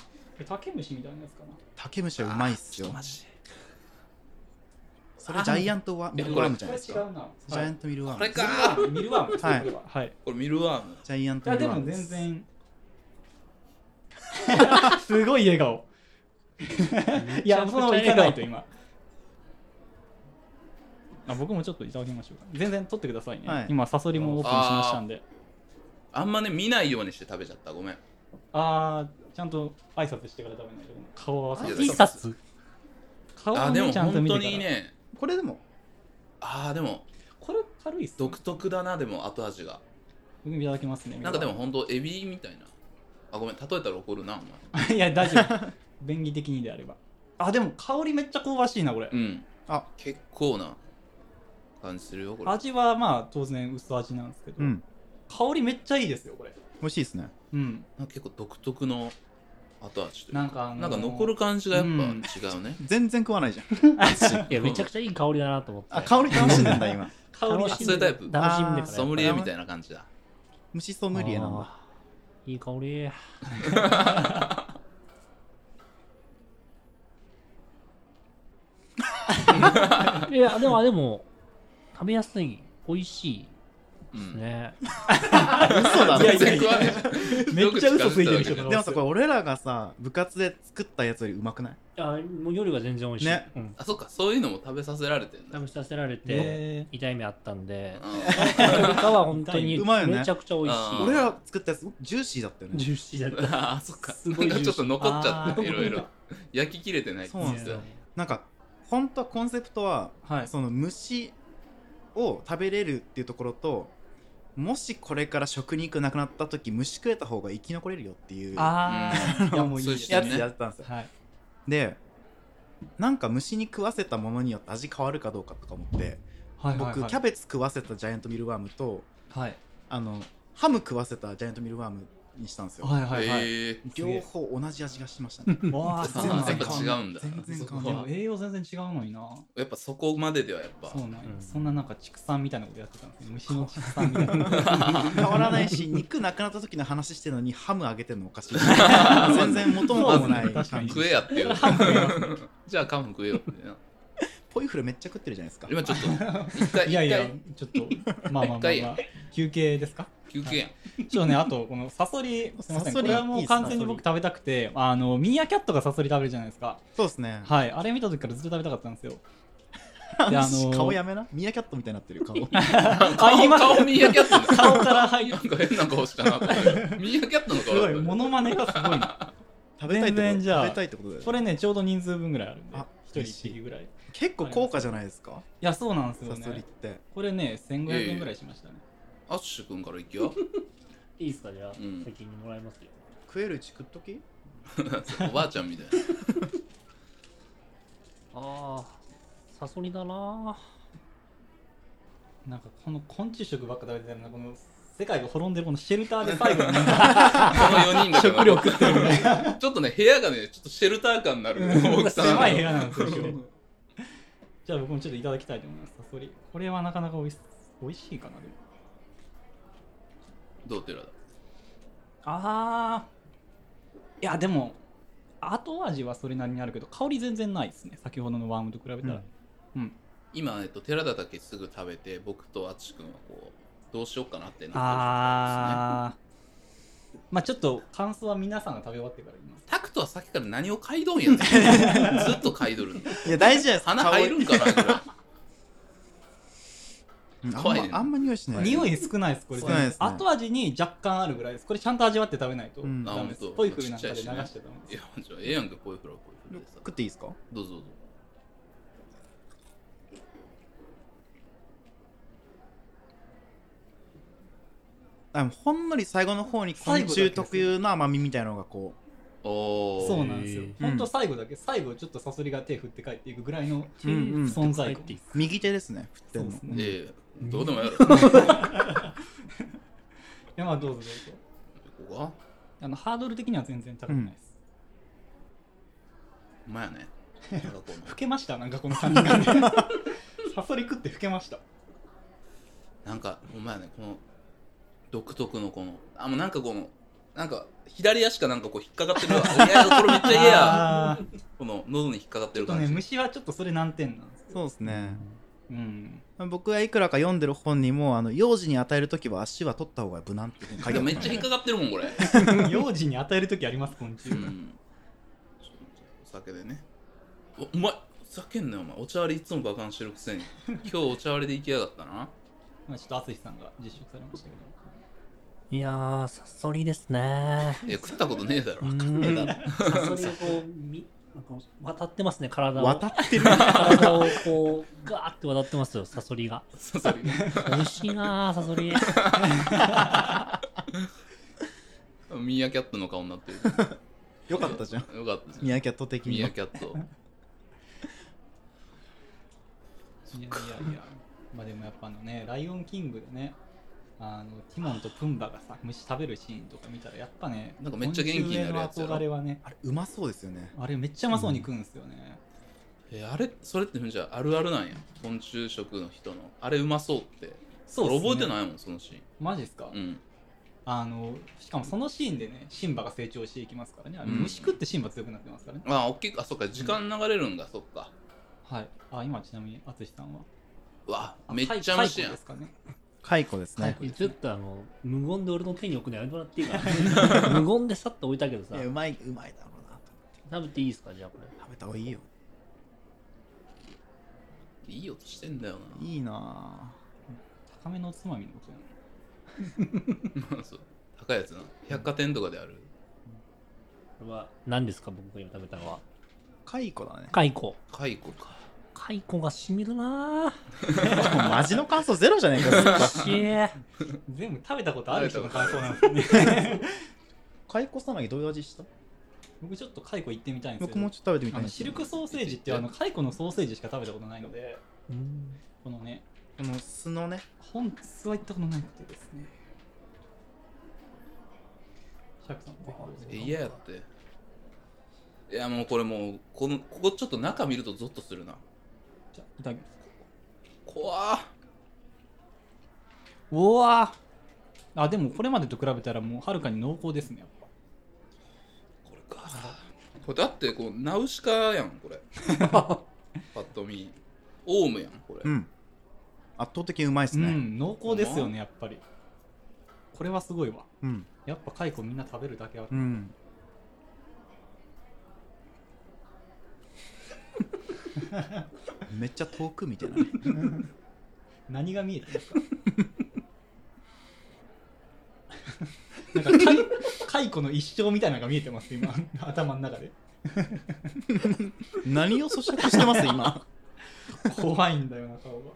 Speaker 2: 竹虫みたいなやつかな
Speaker 3: 竹虫はうまいっすよ
Speaker 1: マジで
Speaker 3: それジャイアントワミルワームじゃないです
Speaker 2: これ違
Speaker 3: か
Speaker 2: うな
Speaker 3: ジャイアントミルワー
Speaker 1: これ
Speaker 3: ム
Speaker 1: か
Speaker 2: はいミルワーム
Speaker 3: はい
Speaker 2: それははい
Speaker 1: これミルワーム
Speaker 3: ジャイアン
Speaker 2: い
Speaker 3: ト
Speaker 2: や
Speaker 3: ミ
Speaker 2: で
Speaker 3: ルワー
Speaker 2: も
Speaker 3: ム
Speaker 2: 全然 すごい笑顔 いやそのいかないと今あ僕もちょっといただきましょうか全然取ってくださいね、
Speaker 3: はい
Speaker 2: 今サソリもオープンしましたんで
Speaker 1: あんまね見ないようにして食べちゃったごめん
Speaker 2: あーちゃんと挨拶してから食べないと顔合わせ
Speaker 1: あ
Speaker 2: て
Speaker 1: いや
Speaker 4: いい札
Speaker 2: 顔を
Speaker 1: あで
Speaker 2: ね
Speaker 1: も
Speaker 2: ちゃんと
Speaker 1: 本
Speaker 2: 見
Speaker 1: 当
Speaker 2: てから
Speaker 1: にね
Speaker 3: これでも
Speaker 1: あーでも
Speaker 2: これ軽いっすね
Speaker 1: 独特だなでも後味が
Speaker 2: 僕いただきますね
Speaker 1: なんかでも本当エビみたいなあごめん例えたら怒るなお前
Speaker 2: いや大丈夫便宜的にであればあでも香りめっちゃ香ばしいなこれ、
Speaker 1: うん
Speaker 3: あ
Speaker 1: 結構な感じするよこれ
Speaker 2: 味はまあ当然薄味なんですけど、
Speaker 3: うん
Speaker 2: 香りめっちゃいいですよこれ
Speaker 3: 美味しいですね
Speaker 2: うん
Speaker 1: なんか結構独特の後味というか
Speaker 2: なんかあのー
Speaker 1: なんか残る感じがやっぱ
Speaker 2: うん
Speaker 1: 違うね、
Speaker 3: 全然食わないじゃん
Speaker 4: いや、めちゃくちゃいい香りだなと思って。
Speaker 3: あ香り楽しんでんだ今
Speaker 2: 香り
Speaker 4: 楽
Speaker 1: あ
Speaker 4: しん
Speaker 1: そうい
Speaker 4: で
Speaker 1: うタイプ
Speaker 4: 楽しんでから。
Speaker 3: あ
Speaker 1: ソムリエみたいな感じだ
Speaker 3: 虫ソムリエなんだ
Speaker 4: あー。いい香り。いや、でも、でも、食べやすい。美味しい。
Speaker 1: うん
Speaker 4: ね。
Speaker 3: 嘘だ
Speaker 2: いやいや
Speaker 3: ろ
Speaker 1: 全然食わねえ
Speaker 2: めっちゃ嘘ついてる人だ
Speaker 3: でもさこれ俺らがさ部活で作ったやつよりうまくない
Speaker 4: あもう夜が全然美味しい。
Speaker 3: ね
Speaker 4: うん
Speaker 1: あそっかそういうのも食べさせられてんだ
Speaker 4: 食べさせられて、
Speaker 2: ね
Speaker 4: 痛い目あったん で、
Speaker 1: う
Speaker 4: それかは本当に
Speaker 3: うまいよね
Speaker 4: めちゃくちゃ美味し
Speaker 1: あ
Speaker 4: い。
Speaker 1: ー
Speaker 3: 俺らが作ったやつジューシーだったよね
Speaker 4: ジューシーだ
Speaker 1: ん
Speaker 4: っ
Speaker 1: あそっか
Speaker 4: すごい
Speaker 1: なんかちょっと残っちゃって
Speaker 2: あー
Speaker 1: いろいろ焼き切れてないって
Speaker 3: そう
Speaker 1: 言
Speaker 3: な
Speaker 1: って
Speaker 3: んで
Speaker 1: た
Speaker 3: す
Speaker 4: た
Speaker 3: よ。なんか本当はコンセプトは
Speaker 2: はい
Speaker 3: その虫を食べれるっていうところともしこれから食肉なくなった時虫食えた方が生き残れるよっていうや
Speaker 2: ああ、いやもういいです
Speaker 1: そ
Speaker 3: つ
Speaker 1: ういう人
Speaker 3: やっ
Speaker 1: ね
Speaker 3: てたんですよ
Speaker 2: はい
Speaker 3: でなんか虫に食わせたものによって味変わるかどうかとか思って
Speaker 2: はいはい
Speaker 3: 僕
Speaker 2: はい
Speaker 3: キャベツ食わせたジャイアントミルワームと
Speaker 2: はい
Speaker 3: あのハム食わせたジャイアントミルワームにしたんですよ、
Speaker 2: はいはいは
Speaker 1: え
Speaker 2: い。
Speaker 1: ー
Speaker 2: すげえ
Speaker 3: 両方同じ味がしましたね
Speaker 2: わあ、
Speaker 1: そ
Speaker 2: そうう
Speaker 1: な
Speaker 2: なんん
Speaker 1: だ
Speaker 2: だ。
Speaker 3: 全
Speaker 2: で
Speaker 3: 然
Speaker 1: やっぱ違うんだ
Speaker 3: 変わ全然変わん
Speaker 2: も
Speaker 3: ない
Speaker 2: 栄養全然違うのにな。
Speaker 1: やっぱそこまでではやっぱ
Speaker 2: そうなんや
Speaker 4: うん
Speaker 2: そんななんか畜産みたいなことやってたんですね。虫の畜産みたいな。
Speaker 3: 変わらないし肉なくなった時の話してるのにハムあげてるのおかしい全然元も子もない
Speaker 2: 確か
Speaker 3: 感
Speaker 2: に
Speaker 3: じ
Speaker 1: 食えやっていうじゃあカム食えよってな
Speaker 3: ポイフルめっちゃ食ってるじゃないで すか
Speaker 1: 今ちょっと一回
Speaker 2: いやい
Speaker 1: 一
Speaker 2: や
Speaker 1: 回、
Speaker 2: ちょっと、まあまあまあ、
Speaker 1: 一
Speaker 2: ま
Speaker 1: 回、
Speaker 2: あ休憩ですか
Speaker 1: 休憩やん
Speaker 2: ちょっとね、あと、このサソリ、すみませ
Speaker 3: サ
Speaker 2: ん、
Speaker 3: ソ
Speaker 2: こ
Speaker 3: リ
Speaker 2: れはも
Speaker 3: いいうっすね
Speaker 2: 完全に僕食べたくて、あの、ミーアキャットがサソリ食べるじゃないですか。
Speaker 3: そうですね
Speaker 2: はい、あれ見た時からずっと食べたかったんですよ。であの
Speaker 3: 顔やめなミヤキャットみたいになってる 顔
Speaker 2: あ
Speaker 1: 顔
Speaker 2: 今
Speaker 1: 顔見やキャットだ
Speaker 2: 顔から入
Speaker 1: な
Speaker 2: る。
Speaker 1: んか変な顔したなこれミーアキャットの
Speaker 2: す
Speaker 1: 顔
Speaker 2: ご
Speaker 1: だ
Speaker 2: い、
Speaker 1: った
Speaker 2: モノマネがすごいな。
Speaker 3: 食べたい
Speaker 2: 全
Speaker 3: ってこと
Speaker 2: 然じゃあ
Speaker 3: 食べたいってことだよね
Speaker 2: これね、ちょうど人数分ぐらいあるんで
Speaker 3: あ、
Speaker 2: 一人一匹ぐらい。い
Speaker 3: 結構高価じゃないですか
Speaker 2: や、そうなんですよ
Speaker 3: サソリっ
Speaker 2: ね。
Speaker 3: て
Speaker 2: これね、1500円ぐらいしましたね。
Speaker 1: アッシュ君から行くよ
Speaker 4: いいですか、じゃあ、
Speaker 1: うん
Speaker 4: 先にもらいますよ。
Speaker 3: 食えるうち食っとき
Speaker 1: おばあちゃんみたいな
Speaker 4: ああ、サソリだな
Speaker 2: なんかこの昆虫食ばっか食べてたらなこの世界が滅んでるこのシェルターで最後に
Speaker 1: この4人だから
Speaker 2: 食料食ってるみたいな
Speaker 1: ちょっとね部屋がねちょっとシェルター感になるね大きさ
Speaker 2: 狭い部
Speaker 1: 屋
Speaker 2: 屋なんですよじゃあ僕もちょっといただきたいと思いますサソリこれはなかなかおいし美味しいかなでも
Speaker 1: どうてらだ
Speaker 2: あーいやでも後味はそれなりにあるけど香り全然ないですね先ほどのワームと比べたら、
Speaker 1: 今、えっと、寺田だけすぐ食べて僕とアッシュ君はこうどうしようかなってなってる状態ですね
Speaker 2: あーまあちょっと感想は皆さんが食べ終わってから言います
Speaker 1: タクトはさっきから何を買いどんや ねんずっと買いどるんだ
Speaker 3: いや大事じゃないですか
Speaker 1: 鼻入るんかなぐらい
Speaker 3: うんあん
Speaker 1: 怖いね
Speaker 3: まあんま匂いしない
Speaker 2: 匂
Speaker 3: い
Speaker 2: い少ないですこれ
Speaker 3: 少ないですね
Speaker 2: 後味に若干あるぐらいですこれちゃんと味わって食べないと
Speaker 3: うん
Speaker 2: ダメです、
Speaker 1: あ本当
Speaker 2: ポイフルなんか
Speaker 1: ち
Speaker 2: で流
Speaker 1: っ
Speaker 2: し
Speaker 1: ち
Speaker 2: て
Speaker 1: ゃ
Speaker 2: ダ
Speaker 1: いし
Speaker 2: メ
Speaker 1: ね
Speaker 2: です、
Speaker 1: いやじゃあええやんけポイフラはポイフラでさ
Speaker 3: 食っていいですか
Speaker 1: どうぞどうぞ
Speaker 3: あのほんのり最後の方に昆虫特有な甘みみたいなのがこ
Speaker 1: おー
Speaker 2: そうなんですよ
Speaker 4: へー
Speaker 2: 本当最後だけ最後ちょっとサソリが手振って帰っていくぐらいの
Speaker 3: う、うんうん、
Speaker 2: 存在
Speaker 4: 帰
Speaker 2: 感
Speaker 4: っていく
Speaker 3: 右手ですね振ってん
Speaker 2: そう
Speaker 3: の
Speaker 2: ですね
Speaker 1: ええどうでもやろ
Speaker 2: いやまあどうぞどうぞ
Speaker 1: ここは
Speaker 2: あのハードル的には全然高くないです、
Speaker 1: うまや ねなんかこう
Speaker 2: 老けましたなんかこの3人 がねサソリ食って老けました
Speaker 1: なんかほんまやねこの独特のこのあもうなんかこのなんか左足かなんかこう引っかかってるわいやこれめっちゃ嫌や
Speaker 2: あー
Speaker 1: この喉に引っかかって
Speaker 2: ちょ
Speaker 1: る
Speaker 2: っと
Speaker 1: 感
Speaker 2: ね
Speaker 1: じ、
Speaker 2: 虫はちょっとそれ難点なんですよ
Speaker 3: そうですね、
Speaker 2: うん
Speaker 3: 僕がいくらか読んでる本にもあの幼児に与える時は足は取った方が無難って書いてあ
Speaker 1: い
Speaker 3: った
Speaker 1: や
Speaker 3: ん
Speaker 1: め
Speaker 3: で
Speaker 1: っちゃ引っかかってるもんこれ
Speaker 2: 幼児に与える時あります昆虫、
Speaker 1: うんお酒でねおお前ふざけんなよお前お茶割りいつもバカンしてるくせに今日お茶割りで行きやがったな
Speaker 2: まあ、ちょっと淳さんが実食されましたけど
Speaker 4: いやー、サソリですね。
Speaker 1: いや食ったことねえだろ
Speaker 4: う
Speaker 1: あ
Speaker 4: ん
Speaker 1: かんねえだろ
Speaker 4: サソリをこう、みなんか渡ってますね、体を。
Speaker 3: 渡ってる
Speaker 4: 体をこう、ガーって渡ってますよ、サソリが。
Speaker 1: そうそう
Speaker 4: 美味しいなー、サソリ。
Speaker 1: ミーアキャットの顔になってる
Speaker 3: よかったじゃん
Speaker 1: よかった
Speaker 3: ミ
Speaker 1: ね。
Speaker 3: ヤキャット的
Speaker 1: ミ
Speaker 3: に
Speaker 1: ヤキャット。
Speaker 2: いやいやいや、まあでもやっぱあのね、ライオンキングでね、あのティモンとプンバがさ、虫食べるシーンとか見たら、やっぱね、
Speaker 1: なんかめっちゃ元気になるやつやろ
Speaker 2: 昆虫への憧れはね、
Speaker 3: あれうまそうですよね
Speaker 2: あれめっちゃうまそうに食うんですよね。
Speaker 1: えあれそれってじゃああるあるなんや。昆虫食の人のあれうまそうって。
Speaker 2: そうっ
Speaker 1: 俺
Speaker 2: すね
Speaker 1: 覚えてないもんそのシ
Speaker 2: マジっすか、
Speaker 1: ーン。
Speaker 2: あの、しかもそのシーンでね、シンバが成長していきますからね、あれ
Speaker 1: うん
Speaker 2: 虫食ってシンバ強くなってますからね。
Speaker 1: うん。ああ大きくあそっか時間流れるんだ、そっか。
Speaker 2: はい。あ、今ちなみに淳さんは。
Speaker 1: うわ
Speaker 2: あ
Speaker 1: めっちゃ虫や
Speaker 2: 蚕
Speaker 1: ん
Speaker 2: で。すかね。
Speaker 3: 蚕ですね
Speaker 4: ちょっとあの、無言で俺の手に置くのやめてもらっていいかな。 無言でさっと置いたけど
Speaker 3: い
Speaker 4: さ
Speaker 3: や、うまいうまいだろうなと
Speaker 4: 食べていいですか、じゃあこれ。
Speaker 3: 食べた方がいいよ
Speaker 1: いい音してんだよな。
Speaker 3: いいな
Speaker 2: 高めのおつまみのことやな。
Speaker 1: そう高いやつな。百貨店とかである。
Speaker 4: これは何ですか、僕が今食べたのは。
Speaker 3: ぁ蚕だね
Speaker 4: 蚕。
Speaker 1: 蚕か。
Speaker 4: 蚕がしみるな
Speaker 3: もうマジの感想ゼロじゃねえかよ
Speaker 4: ー。しえ。
Speaker 2: 全部食べたことある人の感想なんですよね。
Speaker 3: 蚕さなぎどういう味した
Speaker 2: 僕ちょっとカイコ行ってみたいんですけ
Speaker 3: 僕
Speaker 2: ど。
Speaker 3: もちょっと食べてみた
Speaker 2: あ
Speaker 3: い
Speaker 2: の
Speaker 3: です
Speaker 2: シルクソーセージっていうあのカイコのソーセージしか食べたことないので、
Speaker 4: うん
Speaker 2: このね、
Speaker 3: この酢のね
Speaker 2: 本質は行ったことないことですね。シャークさんも
Speaker 1: え嫌やっていやもうこれもうこのここちょっと中見るとゾッとするな
Speaker 2: じゃあいただきます
Speaker 1: 怖っ
Speaker 2: うわーあでもこれまでと比べたらもうはるかに濃厚ですねやっぱ
Speaker 1: これかこれだってこうナウシカやん これパッと見オウムやんこれ、
Speaker 3: うん圧倒的にうまいです
Speaker 2: う
Speaker 3: ね
Speaker 2: ん濃厚ですよねやっぱりこれはすごいわ
Speaker 3: うん
Speaker 2: やっぱ蚕みんな食べるだけある
Speaker 3: うん、めっちゃ遠く見てない
Speaker 2: 何が見えてるかなん かカイコの一生みたいなのが見えてます今頭の中で
Speaker 3: 何を咀嚼してます今
Speaker 2: 怖いんだよな顔が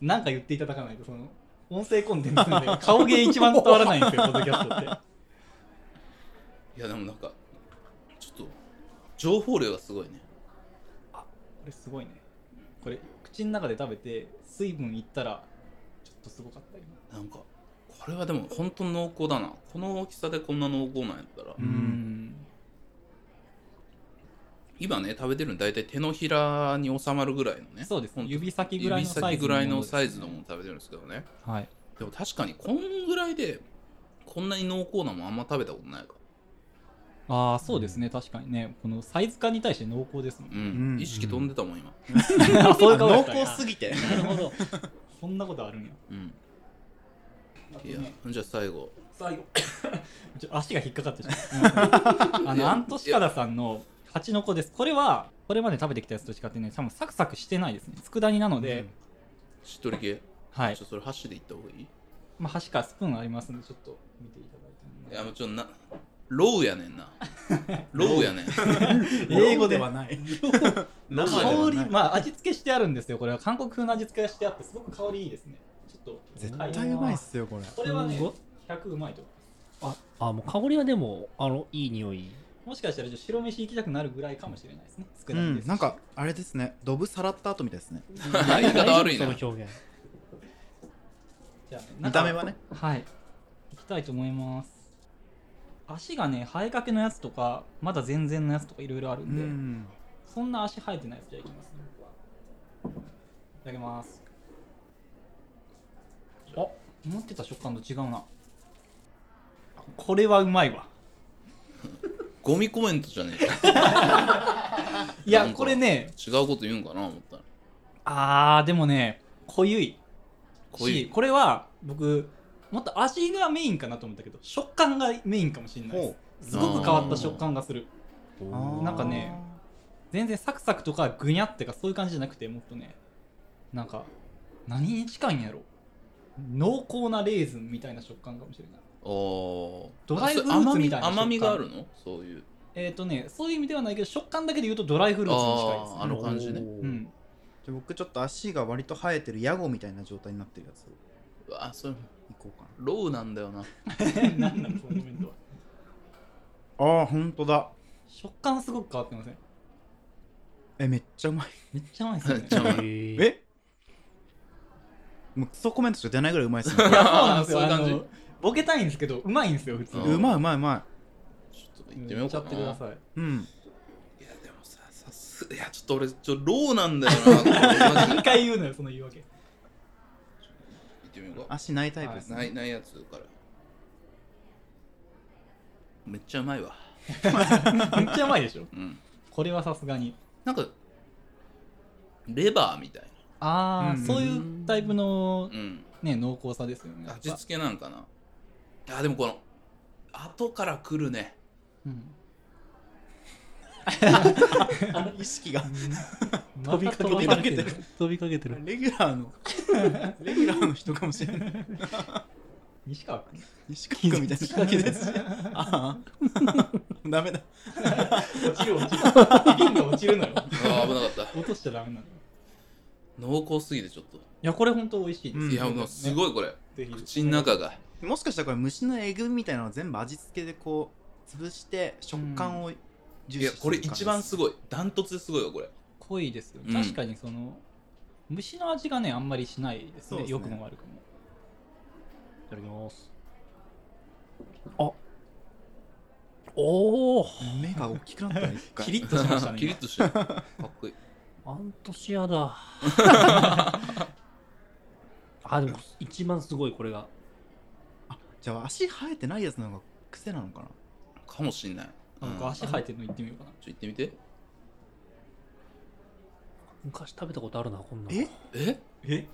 Speaker 2: なんか言っていただかないとその音声コンテンツなんで顔芸一番伝わらないん ですよポッドキャストって
Speaker 1: いやでもなんかちょっと情報量がすごいね
Speaker 2: これすごいねこれ口の中で食べて水分いったらちょっとすごかった今
Speaker 1: なんかこれはでも本当濃厚だなこの大きさでこんな濃厚なんやったら、
Speaker 3: ん
Speaker 1: 今ね食べてるの大体手のひらに収まるぐらいのね
Speaker 2: そうですね
Speaker 1: ほんと
Speaker 2: 指先ぐらい
Speaker 1: 指
Speaker 2: のサイ
Speaker 1: 先
Speaker 2: ズ
Speaker 1: ぐらいのサイズ
Speaker 2: も
Speaker 1: の
Speaker 2: の
Speaker 1: も
Speaker 2: で
Speaker 1: の食べてるんですけどね
Speaker 2: すねはい
Speaker 1: でも確かにこんぐらいでこんなに濃厚なもんあんま食べたことないか
Speaker 2: ああそうですね、確かにねこのサイズ感に対して濃厚ですもん
Speaker 1: ら、う
Speaker 2: ね、
Speaker 1: ん
Speaker 3: うん
Speaker 1: 意識飛んでたもん今、
Speaker 2: あそういう顔だ
Speaker 3: 濃
Speaker 2: ったんや
Speaker 3: 厚すぎて
Speaker 2: なるほどそんなことあるんや
Speaker 1: うん、いやじゃあ最後
Speaker 2: 最後 ちょ足が引っかかってしまうあのアントシカダさんの蜂の子ですこれはこれまで食べてきたやつと違ってね多分サクサクしてないですね佃煮なので、
Speaker 3: うん
Speaker 1: しっとり系ち
Speaker 2: はい
Speaker 1: ょっと、それ箸でいった方がいい
Speaker 2: まあ、箸かスプーンありますんでちょっと見ていただいても
Speaker 1: いやもうちょっとなローやねん なローやねん
Speaker 2: 英語で
Speaker 3: はない
Speaker 2: 香
Speaker 3: 生ではない
Speaker 2: りまあ味付けしてあるんですよこれは韓国風の味付けがしてあってすごく香りいいですねちょっと
Speaker 3: 絶
Speaker 2: は
Speaker 3: 対うまいっすよこれ
Speaker 2: これはね
Speaker 4: すごい
Speaker 2: 100うまいと思います
Speaker 4: あ、もう香りはでも、あの、いい匂い。
Speaker 2: もしかしたら白飯行きたくなるぐらいかもしれないですね。少
Speaker 3: う
Speaker 2: ないで
Speaker 3: ん
Speaker 2: すし
Speaker 3: なんかあれですねドブさらった後みたいですね
Speaker 1: 言い方悪いな
Speaker 4: 大丈夫その表現。
Speaker 2: じゃあね
Speaker 3: 見た目は。ね
Speaker 2: なんかはい。行きたいと思います。足がね、生えかけのやつとか、まだ全然のやつとかいろいろある
Speaker 3: うん
Speaker 2: で、
Speaker 3: ん
Speaker 2: そんな足生えてないやつじゃあいきますね。いただきます。あ思ってた食感と違うな。あこれはうまいわ。
Speaker 1: ゴミコメントじゃねえか
Speaker 2: い
Speaker 1: な
Speaker 2: や、
Speaker 1: んか
Speaker 2: これね、
Speaker 1: 違うこと言うんかな思ったら
Speaker 2: あー、でもね、濃ゆい。
Speaker 1: 濃い
Speaker 2: しこれは僕もっと味がメインかなと思ったけど食感がメインかもしれないで
Speaker 3: ほ
Speaker 2: すすごく変わった食感がする
Speaker 3: あー
Speaker 2: なんかね全然サクサクとかグニャってかそういう感じじゃなくてもっとねなんか何に近いんやろ濃厚なレーズンみたいな食感かもしれない
Speaker 1: おー
Speaker 2: ドライフルーツみたいな
Speaker 1: 甘
Speaker 2: 食感
Speaker 1: み甘みがあるのそういう
Speaker 2: えっ、ー、とねそういう意味ではないけど食感だけで言うとドライフルーツに近いです
Speaker 1: あーあの感じね
Speaker 2: う。ん、
Speaker 3: じゃあ僕ちょっと足が割と生えてるヤゴみたいな状態になってるやつを
Speaker 1: うわそれ
Speaker 3: いこうか
Speaker 1: ローなんだよ な
Speaker 2: 何なのそのコメントは
Speaker 3: なああほんとだ
Speaker 2: 食感すごく変わってません
Speaker 3: えめっちゃうまい
Speaker 2: めっちゃうまいですよね
Speaker 1: めっちゃうまい
Speaker 4: え
Speaker 3: えもうクソコメントしか出ないぐらいうまいっす ね
Speaker 2: いやそうなんです
Speaker 1: そ
Speaker 2: よ
Speaker 1: ういう
Speaker 2: あ
Speaker 1: 感じ
Speaker 2: のボケたいんですけどうまいんですよ普通
Speaker 1: う
Speaker 2: に
Speaker 1: ん
Speaker 3: うまいうまいうま
Speaker 1: ちょっと行ってみようかな
Speaker 2: ちゃってください。
Speaker 3: いうん
Speaker 1: いやでもささすいやちょっと俺ちょローなんだよなこれ マジで
Speaker 2: 何回言うのよ、その言い 訳。
Speaker 1: 行ってみようか
Speaker 3: 足ないタイプですね、
Speaker 1: ないないやつからめっちゃうまいわ
Speaker 2: めっちゃうまいでしょ。
Speaker 1: うん
Speaker 2: これはさすがに。
Speaker 1: なんかレバーみたいな
Speaker 2: あ
Speaker 3: うん
Speaker 2: そういうタイプの
Speaker 1: う、ん
Speaker 2: ね、濃厚さですよね。
Speaker 1: 味付けなんかなあでもこの後から来るね
Speaker 2: うん
Speaker 3: あの意識が
Speaker 2: 飛びかけてる。
Speaker 4: 飛びかけてる。
Speaker 3: レギュラ ーのレギュラーの人かもしれない
Speaker 2: 西川君。
Speaker 3: 西川君みたいな感じですあ あダメだ
Speaker 2: 落ちる落ちる。瓶が落ちるのよ。
Speaker 1: あー危なかった
Speaker 2: 落としちゃダメなの。い
Speaker 1: 濃厚すぎてちょっと、
Speaker 2: や、これ本当美味しいです。
Speaker 3: うん
Speaker 1: いやもうすごいこれ、
Speaker 2: ぜひ
Speaker 1: 口の中が
Speaker 3: もしかしたらこれ虫のえぐみみたいなのを全部味付けでこう潰して食感を重視
Speaker 1: いやこれ一番す
Speaker 3: い
Speaker 1: ごいダントツですごいわこれ
Speaker 2: 濃いですよ
Speaker 1: う。ん
Speaker 2: 確かにその、虫の味がね、あんまりしないです
Speaker 3: そう
Speaker 2: ね。
Speaker 3: ですね
Speaker 2: 良くも悪くも。
Speaker 4: いただきます。おお
Speaker 3: 目が大きくなったね一回
Speaker 2: キリッとしました ね
Speaker 1: キリッとしてるかっこいい
Speaker 4: アントシア だあでも一番すごいこれが
Speaker 3: じゃあ足生えてないやつの方が癖なのかな
Speaker 1: かもしんない
Speaker 2: 今なん
Speaker 1: う
Speaker 2: か
Speaker 1: ん
Speaker 2: 足生えてるの行ってみようかな
Speaker 1: ちょ行ってみて
Speaker 4: 昔食べたことあるなこんなの
Speaker 3: え
Speaker 1: え
Speaker 2: え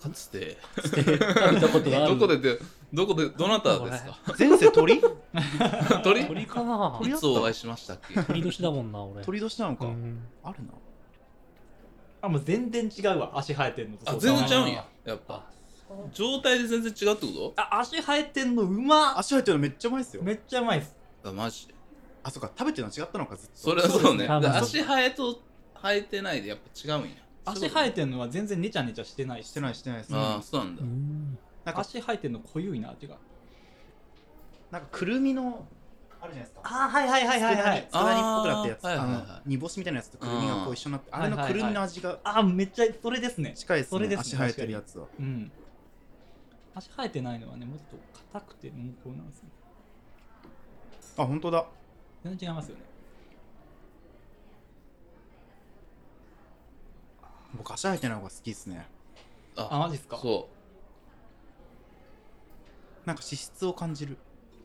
Speaker 1: かつて
Speaker 4: 食べたことがあ
Speaker 1: ど
Speaker 4: る
Speaker 1: こででどこでどなたですか
Speaker 3: 前世 鳥
Speaker 1: 鳥
Speaker 4: 鳥かな
Speaker 3: 鳥
Speaker 1: い
Speaker 3: だった
Speaker 1: つお会いしましたっけ
Speaker 4: 鳥年だもんな俺
Speaker 3: 鳥年なのか、
Speaker 4: うん
Speaker 3: あるな
Speaker 2: あもう全然違うわ足生えてんのと
Speaker 1: あ全然ちゃうん
Speaker 2: あ
Speaker 1: ややっぱ状態で全然違うってこ
Speaker 2: あ足生えてんのうまっ
Speaker 3: 足生えてるのめっちゃ前ですよ
Speaker 2: めっちゃうまいっす
Speaker 1: とあマジで
Speaker 3: あそっか食べてるの違ったのかずっと
Speaker 1: それはそうね
Speaker 4: 多分
Speaker 1: だから足生えと生えてないでやっぱ違うんや
Speaker 2: 足生えてんのは全然ネチャネチャしてない
Speaker 3: してないしてないです、
Speaker 1: ああそうなんだ
Speaker 4: うん
Speaker 3: なんか
Speaker 2: 足生えてんの濃ゆいなっていうか
Speaker 3: なんかくるみのあるじゃないですか
Speaker 2: あはいはいは
Speaker 3: つくだ煮っぽくなったやつ
Speaker 1: あーはいはいはい
Speaker 3: あの煮干しみたいなやつとくるみがこう一緒になってあれのくるみの味が
Speaker 2: あめっちゃそれですね
Speaker 3: 近いです
Speaker 2: それ
Speaker 3: ね
Speaker 2: ですね
Speaker 3: 足生えてるやつは
Speaker 2: うん足生えてないのはねもうちょっと硬くて濃厚なんですよ
Speaker 3: あ本当だ
Speaker 2: 全然違いますよね
Speaker 3: 僕足生えてない方が好きですね
Speaker 2: あ
Speaker 1: あ
Speaker 2: マジっすか
Speaker 1: そ
Speaker 3: なんか脂質を感じる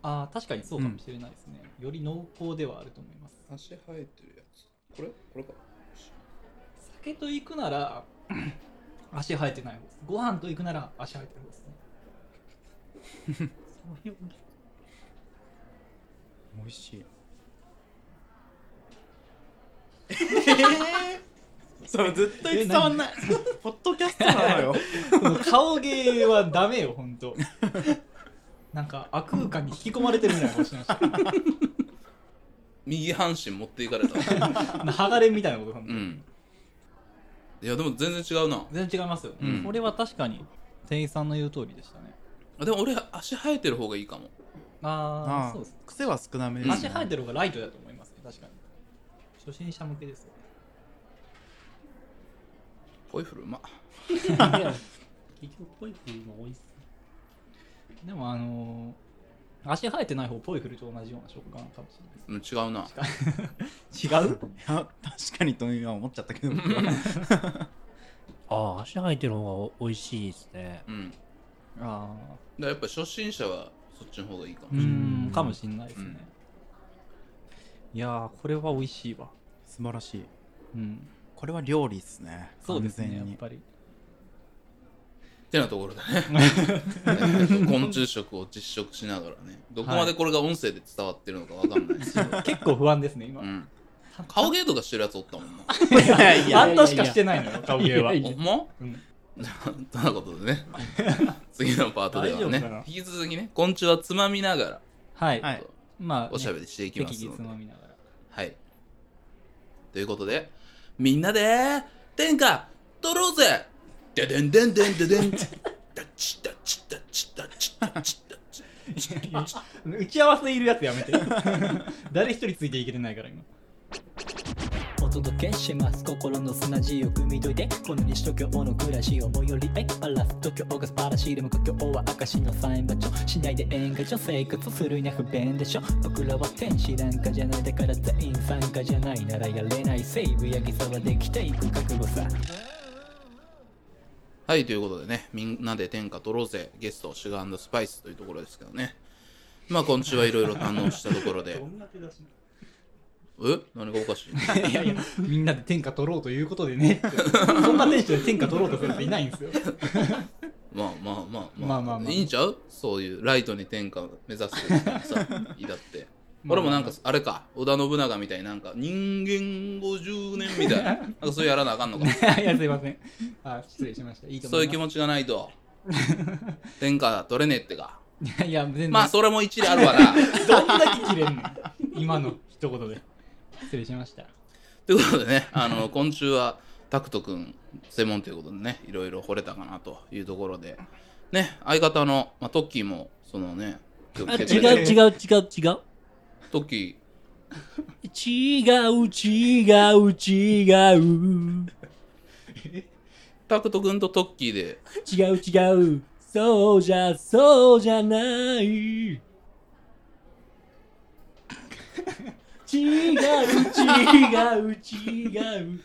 Speaker 2: あー確かにそうかもしれないですね、より濃厚ではあると思います
Speaker 1: う足生えてるやつこれこれか
Speaker 2: 酒と行くなら 足生えてない方ですご飯と行くなら足生えてる方ですね
Speaker 3: 美味しいえー、それ絶対伝わんない ポッドキャストなのよ
Speaker 2: その顔芸はダメよほんとなんか悪空間に引き込まれてるみたいな顔してま した
Speaker 1: 右半身持っていかれたわ
Speaker 2: 剥がれみたいなことかも、
Speaker 1: うんいやでも全然違うな
Speaker 2: 全然違いますよ、
Speaker 1: うん
Speaker 2: これは確かに店員さんの言う通りでしたね
Speaker 1: あでも俺足生えてる方がいいかも
Speaker 2: ああ
Speaker 3: あ
Speaker 2: そうです
Speaker 3: 癖は少なめです、
Speaker 2: 足生えてる方がライトだと思いますね確かに初心者向けですよね
Speaker 1: ポイフルうまっ
Speaker 4: いや結局ポイプの多いっすね
Speaker 2: でもあのー、足生えてない方ポイフルと同じような食感かもしれ
Speaker 1: うん違うな
Speaker 2: ない です違う
Speaker 3: いや確かにと今思っちゃったけど僕は
Speaker 4: ああ足生えてる方が美味しいですね
Speaker 1: うんだか
Speaker 2: あ
Speaker 1: らやっぱ初心者はそっちの方がいいかも
Speaker 2: う
Speaker 1: しれない
Speaker 2: んかもしれないですね、いやーこれは美味しいわ
Speaker 3: 素晴らしい
Speaker 2: うん
Speaker 3: これは料理っすね
Speaker 2: そうです
Speaker 3: 完
Speaker 2: ね
Speaker 3: 全
Speaker 2: やっ
Speaker 3: に
Speaker 2: ぱり
Speaker 1: ってなところでねね昆虫食を実食しながらねどこまでこれが音声で伝わってるのかわかんないですけど、
Speaker 2: 結構不安です ね今、
Speaker 1: うん、顔芸とかしてるやつおったもんな
Speaker 3: いやいや
Speaker 2: あんたしかしてないのよ顔芸はい
Speaker 4: やい
Speaker 1: ほんま
Speaker 2: うん
Speaker 1: ということで ね次のパートでは
Speaker 2: 大丈夫かな
Speaker 1: ね引き続きね昆虫はつまみながら
Speaker 2: はい、
Speaker 3: はい
Speaker 2: まあ、
Speaker 1: おしゃべりしていきま
Speaker 2: 適
Speaker 1: す
Speaker 2: 宜
Speaker 1: の
Speaker 2: つ
Speaker 1: で、
Speaker 2: まみながら
Speaker 1: はいということでみんなで天下取ろうぜででんでんでんででんダチダチダチダチダチダチ
Speaker 2: 打ち合わせいるやつやめて 誰一人ついていけてないから今
Speaker 6: お届けします心の砂地を汲み解いてこの西東京の暮らしを最寄りへバラす東京が素晴らしいでも故郷は証のサイン場所しないで演歌所生活するには不便でしょ僕らは天使なんかじゃないだから全員参加じゃないならやれないセーブやぎさはできていく覚悟さ
Speaker 1: はい、ということでね、みんなで天下取ろうぜ、ゲスト、シュガースパイスというところですけどね。まあ、今週はいろいろ堪能したところで。え何がおかしい
Speaker 2: いやいや、みんなで天下取ろうということでねって。そんな天使で天下取ろうとする人いないんですよ。
Speaker 1: まあまあまあまあ、
Speaker 2: まあまあまあ
Speaker 1: いいんちゃうそういうライトに天下を目指す人も さ、いだって。俺もなんか、あれか、織田信長みたいになんか、人間50年 みたいな、なんかそういうやらなあかんのか。
Speaker 2: いや、すいません。あ、失礼しました。いいと
Speaker 1: そ
Speaker 2: 思
Speaker 1: う
Speaker 2: い
Speaker 1: いう
Speaker 2: ま
Speaker 1: 気持
Speaker 2: す。
Speaker 1: ちがない と、天下取れねえってか。
Speaker 2: いやいや、全然。
Speaker 1: まあ、それも一理あるわな。
Speaker 2: どんだけ切れんの今の一言で。失礼しました。
Speaker 1: ということでね、あの、今週はタクト君専門ということでね、いろいろ惚れたかなというところで、ね、相方の、まあ、トッキーも、そのね、今日来て
Speaker 4: 違
Speaker 1: くれ
Speaker 4: う
Speaker 1: て
Speaker 4: 違う違う違う
Speaker 1: トッキ
Speaker 4: 違う違う違う
Speaker 1: ー、タクト君とトッキーで、
Speaker 4: 違う違うそうじゃそうじゃない違う違う違う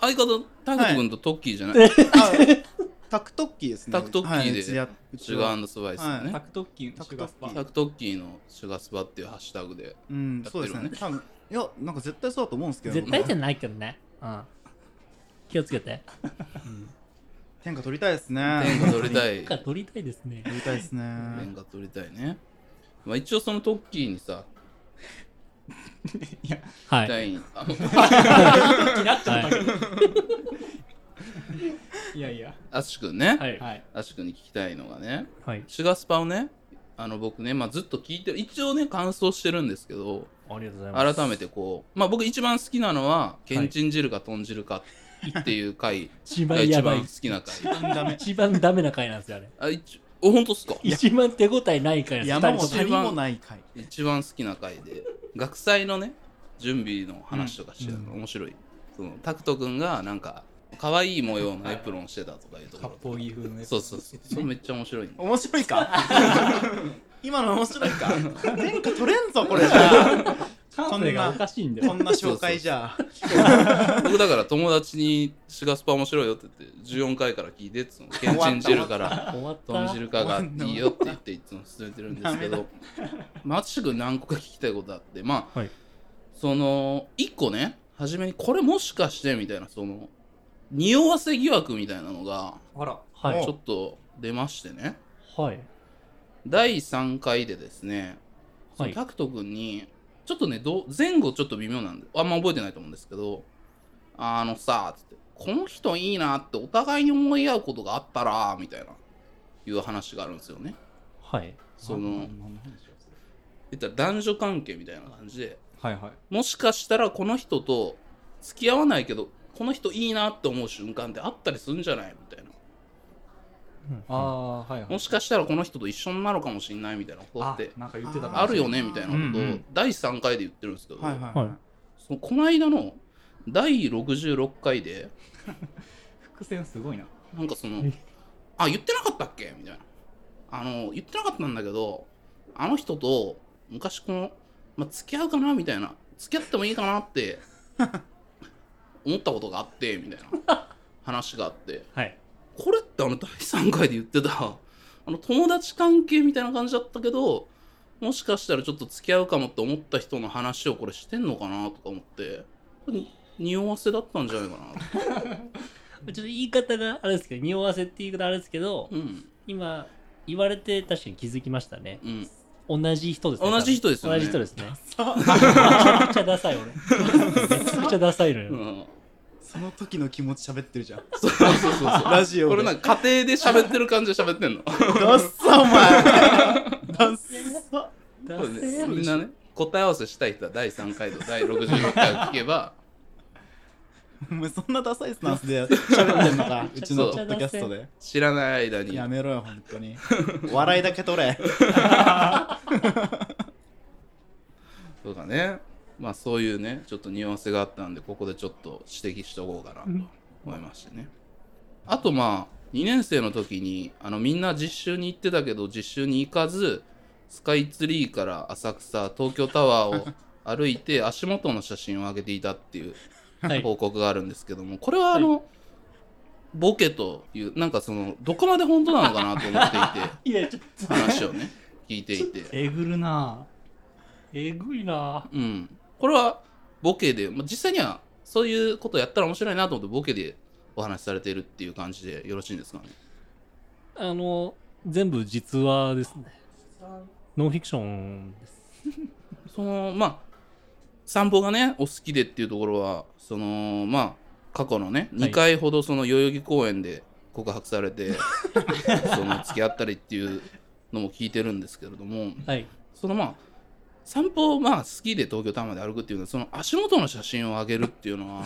Speaker 1: 相方、タクト君とトッキーじゃない、
Speaker 3: あ タクトッキーですね。
Speaker 1: タクトッキーで
Speaker 3: はいうちやう
Speaker 1: シ
Speaker 3: ち
Speaker 1: ュガ
Speaker 3: は
Speaker 1: ースパイスのね、
Speaker 2: タクトッキーのシュガースパ
Speaker 3: タク
Speaker 1: タクトッキーのシュガースパっていうハッシュタグで
Speaker 3: う
Speaker 1: や
Speaker 3: ん、
Speaker 1: って
Speaker 3: そう
Speaker 1: る
Speaker 3: で
Speaker 1: よ
Speaker 3: す
Speaker 1: ね
Speaker 3: ね。多分いや、なんか絶対そうだと思うんですけど、
Speaker 4: 絶対じゃないけどね、うん、気をつけて
Speaker 3: 天下取りたいですね。
Speaker 1: 天下取り
Speaker 3: い。
Speaker 1: たい
Speaker 4: なんか取りたいですね
Speaker 3: 取りたいですね。
Speaker 1: 天下取りたいね、まあ、一応そのトッキーにさ
Speaker 4: はい、
Speaker 1: 第二あもう
Speaker 2: ーになっちゃったけ
Speaker 4: は
Speaker 2: ど、い、やいや
Speaker 1: アッシュ君ね、
Speaker 4: はい
Speaker 2: はい
Speaker 1: アッシュ君に聞きたいのがね
Speaker 4: はい、
Speaker 1: シュガースパをねあの僕ね、まあ、ずっと聞いてる一応ね感想してるんですけど
Speaker 4: ありがとうございます
Speaker 1: 改めてこうまあ僕一番好きなのはけんちん汁か豚汁かっていう回
Speaker 4: 一
Speaker 1: が
Speaker 4: 番
Speaker 1: 一
Speaker 4: やばい
Speaker 1: 番好きな回
Speaker 4: 一番ダメな回なんですよあれ
Speaker 1: あ一お本当っすか
Speaker 4: 一番手応えない回なん
Speaker 3: 山
Speaker 4: で
Speaker 3: も
Speaker 4: す
Speaker 3: 谷もない回。
Speaker 1: 一番好きな回で学祭のね準備の話とかしてたの、面白いそのタクト君がなんか可愛い模様のエプロンしてたとかいうところ
Speaker 2: 八方岐風のやつ
Speaker 1: そうそうそうそれめっちゃ面白いんだ
Speaker 3: 面白 いか今の面白いか天下取れんぞ、これじゃあ。
Speaker 2: 感性がおかしいんだ
Speaker 3: こ
Speaker 2: よ
Speaker 3: んな紹介じゃ。
Speaker 1: 僕だから友達に「シガスパ面白いよ」って言って14回から聞いてっつうのけんちん汁から
Speaker 4: 終わっ
Speaker 1: 豚
Speaker 4: た
Speaker 1: 汁かがいいよって言っていつも勧めてるんですけ
Speaker 3: ダ
Speaker 1: ど松く君何個か聞きたいことあってまあ、
Speaker 4: はい
Speaker 1: その1個ね初めにこれもしかしてみたいなその匂わせ疑惑みたいなのが
Speaker 2: あら
Speaker 4: はい
Speaker 1: ちょっと出ましてね
Speaker 4: はい
Speaker 1: 第3回でですね、そ
Speaker 4: は
Speaker 1: の
Speaker 4: い
Speaker 1: タクト君にちょっとねどう前後ちょっと微妙なんであんま覚えてないと思うんですけどあのさつってこの人いいなってお互いに思い合うことがあったらみたいないう話があるんですよね
Speaker 4: はい
Speaker 1: その言ったら男女関係みたいな感じで
Speaker 2: はいはい
Speaker 1: もしかしたらこの人と付き合わないけどこの人いいなって思う瞬間ってあったりするんじゃないみたいな
Speaker 2: ああはいはい
Speaker 1: もしかしたらこの人と一緒になるかもしれないみたいなことって
Speaker 2: あなんか言ってたかも
Speaker 1: あるよねみたいなこと
Speaker 2: うんう
Speaker 1: を
Speaker 2: ん
Speaker 1: 第3回で言ってるんですけど、
Speaker 3: はいはい。
Speaker 4: はい
Speaker 1: そのこの間の第66回で
Speaker 2: 伏線すごいな
Speaker 1: なんかその「あ言ってなかったっけ?」みたいなあの言ってなかったんだけどあの人と昔この、まあ、付き合うかなみたいな付き合ってもいいかなって 思ったことがあってみたいな話があって
Speaker 4: はい
Speaker 1: これってあの第3回で言ってたあの友達関係みたいな感じだったけどもしかしたらちょっと付き合うかもって思った人の話をこれしてんのかなとか思ってこれに匂わせだったんじゃないかなと、
Speaker 4: ちょっと言い方があれですけど匂わせっていう言い方あれですけど
Speaker 1: うん
Speaker 4: 今言われて確かに気づきましたね
Speaker 1: うん、
Speaker 4: 同じ人ですね
Speaker 1: 同じ人ですよね
Speaker 4: 同じ人ですねめちゃくちゃダサい俺めちゃくちゃダサいの
Speaker 1: う
Speaker 4: よ
Speaker 1: ん、
Speaker 3: その時の気持ち喋ってるじゃん。
Speaker 1: そうそうそうそう
Speaker 3: ラジオ
Speaker 1: こ
Speaker 3: で。
Speaker 1: れなんか家庭で喋ってる感じで喋ってんの
Speaker 3: ダッサ お前ダッサ
Speaker 4: ダ
Speaker 1: これ
Speaker 4: サ
Speaker 1: ね
Speaker 4: い
Speaker 1: みんなね答え合わせしたい人は第3回と第66回を聞けば
Speaker 3: お前そんなダサいスタンスで喋ってんのかうちのポッドキャストで
Speaker 1: 知らない間に
Speaker 3: やめろよ本当に笑いだけ取れ
Speaker 1: そうだねまあそういうねちょっとニュアンスがあったんでここでちょっと指摘しとこうかなと思いましてね、あとまあ2年生の時にあのみんな実習に行ってたけど実習に行かずスカイツリーから浅草東京タワ ーを歩いて足元の写真を上げていたっていう
Speaker 4: はい
Speaker 1: 報告があるんですけどもこれはあの、ボケというなんかそのどこまで本当なのかなと思っていて
Speaker 4: いやちょっと
Speaker 1: 話をね聞いていて
Speaker 2: えぐるな
Speaker 4: えぐいな
Speaker 1: うん、これはボケで、まあ、実際にはそういうことやったら面白いなと思ってボケでお話しされているっていう感じでよろしいんですかね
Speaker 4: あの全部実話ですねノンフィクションです
Speaker 1: そのまあ散歩がねお好きでっていうところはそのまあ過去のね
Speaker 4: は
Speaker 1: 2
Speaker 4: い
Speaker 1: 回ほどその代々木公園で告白され て、その付き合ったりっていうのも聞いてるんですけれども
Speaker 4: はい
Speaker 1: そのまあ散歩をまあ好きで東京タワーまで歩くっていうのはその足元の写真を上げるっていうのは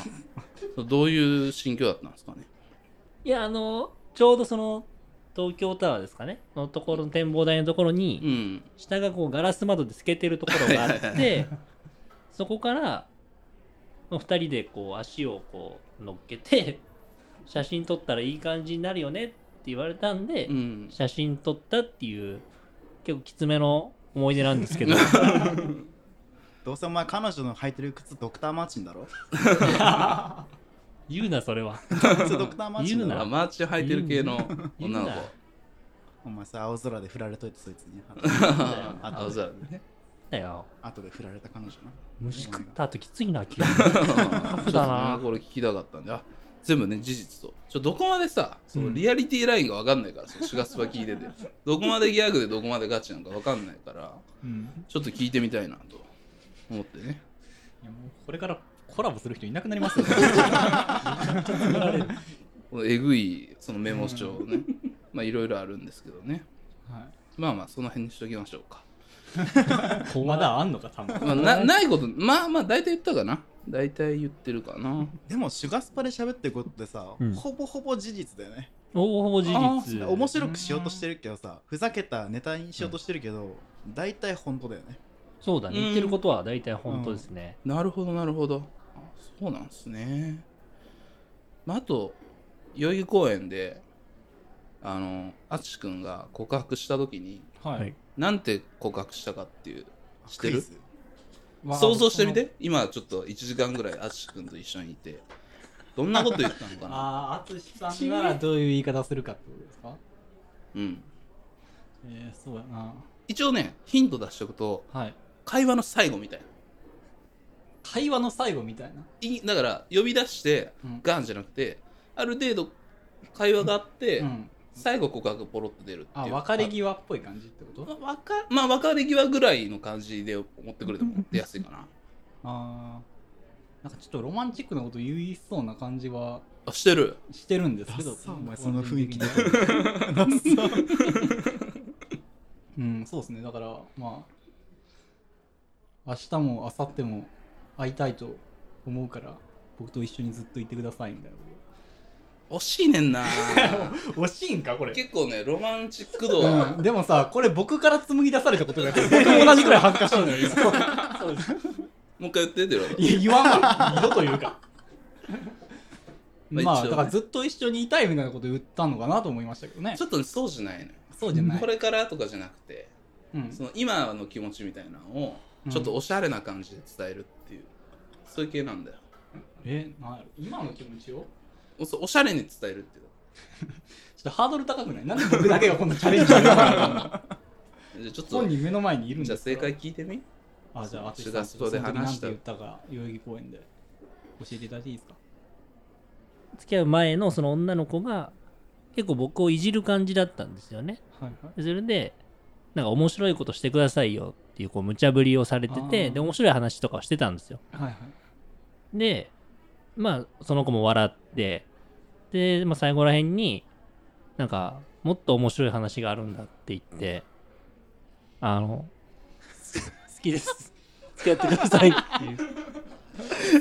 Speaker 1: どういう心境だったんですかね
Speaker 4: いやあのちょうどその東京タワーですかねのところの展望台のところに、
Speaker 1: うん
Speaker 4: 下がこうガラス窓で透けてるところがあ
Speaker 1: はい
Speaker 4: っ
Speaker 1: は
Speaker 4: てそこから2人でこう足をこう乗っけて写真撮ったらいい感じになるよねって言われたんで、
Speaker 1: うん、
Speaker 4: 写真撮ったっていう結構きつめの思い出なんですけど
Speaker 3: どうせお前彼女の履いてる靴ドクターマーチンだろ
Speaker 4: 言うな、それは。
Speaker 3: 靴ドクターマーチンだ
Speaker 4: 言う
Speaker 3: ろ
Speaker 4: な
Speaker 1: あマーチ履いてる系の
Speaker 4: いいん
Speaker 1: 女の
Speaker 4: だ
Speaker 1: 子。
Speaker 3: お前さ青空で振られといてそいつに
Speaker 1: あ青空でね。
Speaker 4: だよ。
Speaker 3: 後で振られた彼女な
Speaker 4: 虫食った後きついな、気が。
Speaker 1: ちょっと
Speaker 4: だな
Speaker 1: なこれ聞きたかったんであ全部ね事実とちょどこまでさそのリアリティラインが分かんないから、そのシガスパ聞いててどこまでギャグでどこまでガチなんか分かんないから
Speaker 2: うん
Speaker 1: ちょっと聞いてみたいなと思ってね
Speaker 2: いやもうこれからコラボする人いなくなりますよ、 ね、
Speaker 1: このえぐいそのメモ帳をね、 まあいろいろあるんですけどね
Speaker 2: は
Speaker 1: まあまあその辺にしときましょうか、
Speaker 2: い、まだあんのか多分
Speaker 1: まあ、なないことまあまあ大体言ったかな大体言ってるかな
Speaker 3: でもシュガスパで喋ってることってさ、
Speaker 4: うん
Speaker 3: ほぼほぼ事実だよね
Speaker 4: ほぼ事実。
Speaker 3: 面白くしようとしてるけどさふざけたネタにしようとしてるけど、大体本当だよね
Speaker 4: そうだね。
Speaker 1: うん
Speaker 4: 言ってることは大体本当ですね。
Speaker 1: なるほどなるほどあそうなんですね、まあ、あと代々木公園であの淳君が告白した時に
Speaker 2: はい、
Speaker 4: はい
Speaker 1: なんて告白したかっていう知って
Speaker 3: クイ
Speaker 1: る
Speaker 3: ズ
Speaker 2: わあ
Speaker 1: 想像してみて今ちょっと1時間ぐらい淳君と一緒にいてどんなこと言ったのかな
Speaker 2: ああ淳さんならどういう言い方するかってことですか
Speaker 1: うん
Speaker 2: えー、そうやな
Speaker 1: 一応ねヒント出しておくと
Speaker 2: はい
Speaker 1: 会話の最後みたいな
Speaker 2: 会話の最後みたいない
Speaker 1: だから呼び出して
Speaker 2: うん
Speaker 1: ガンじゃなくてある程度会話があって、
Speaker 2: うん
Speaker 1: 最後告白ポロッと出るって
Speaker 2: あ
Speaker 1: いう
Speaker 2: 別れ際っぽい感じってこと
Speaker 1: わかまあ別れ際ぐらいの感じで思ってくれても出やすいかな。
Speaker 2: あーなんかちょっとロマンチックなこと言いそうな感じは
Speaker 1: あしてる。
Speaker 2: してるんですけ
Speaker 3: ダ
Speaker 2: ど
Speaker 3: ッサお前その雰囲気で
Speaker 2: 個人的にうんそうですねだからまあ明日も明後日も会いたいと思うから僕と一緒にずっといてくださいみたいなこ
Speaker 1: 惜しいねん な。
Speaker 2: と惜しいんかこれ
Speaker 1: 結構ね、ロマンチック度は
Speaker 2: う。ん、でもさこれ僕から紡ぎ出されたことが僕も同じくらい恥ずかしいのよ
Speaker 1: もう一回言ってってこと。
Speaker 2: いや言わんわ二度と言うか
Speaker 1: ま
Speaker 2: ま
Speaker 1: あ一
Speaker 2: あ
Speaker 1: 応ね
Speaker 2: だからずっと一緒にいたいみたいなこと言ったのかなと思いましたけどね
Speaker 1: ちょっとねそうじゃないのよ。
Speaker 2: そうじゃない
Speaker 1: これからとかじゃなくて、
Speaker 2: うん
Speaker 1: その今の気持ちみたいなのを、ちょっとおしゃれな感じで伝えるっていう、そういう系なんだよ。
Speaker 2: えなんやろ今の気持ちを
Speaker 1: おそうおしゃれに伝えるっていう。
Speaker 2: ちょっとハードル高くないなんで僕だけがこんなチャレンジャーなの
Speaker 1: じゃあちょっと
Speaker 2: 本、人目の前にいるん
Speaker 1: じゃあ
Speaker 2: ですから
Speaker 1: 正解聞いてみ
Speaker 2: あじゃあ淳
Speaker 1: シュガ
Speaker 2: さ
Speaker 1: ー
Speaker 2: ん
Speaker 1: ストで話した
Speaker 2: その時なんて言ったか代々木公園で教えていただいていいですか
Speaker 4: 付き合う前のその女の子が、結構僕をいじる感じだったんですよね。
Speaker 2: はいはい
Speaker 4: でそれで、なんか面白いことしてくださいよっていう、こう、無茶ぶりをされて
Speaker 2: あ
Speaker 4: て、
Speaker 2: ー
Speaker 4: で、面白い話とかをしてたんですよ。
Speaker 2: はいはい
Speaker 4: で、まあ、その子も笑って、で、まあ、最後らへんに、なんか、もっと面白い話があるんだって言って、あの、 好きです。付き合ってくださいっていう。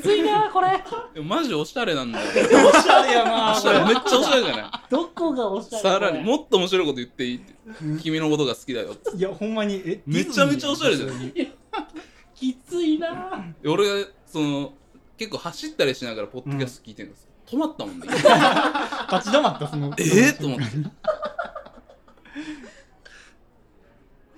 Speaker 4: きついな、これ。
Speaker 1: でもマジおしゃれなんだ よ。
Speaker 2: おしゃれや
Speaker 1: お
Speaker 2: な
Speaker 1: しゃれめっちゃおしゃれじゃな
Speaker 4: どこがおしゃ
Speaker 1: い
Speaker 4: れ
Speaker 1: さらに、もっと面白いこと言っていいって。君のことが好きだよって。
Speaker 2: いやほんまにえ
Speaker 1: めちゃめちゃおしゃれじゃ
Speaker 2: ん
Speaker 1: ん。
Speaker 4: きついな。
Speaker 1: 俺がその結構走ったりしながらポッドキャスト聞いてるんです、止まったもん ね
Speaker 2: 立ち止まったその
Speaker 1: えー、と思って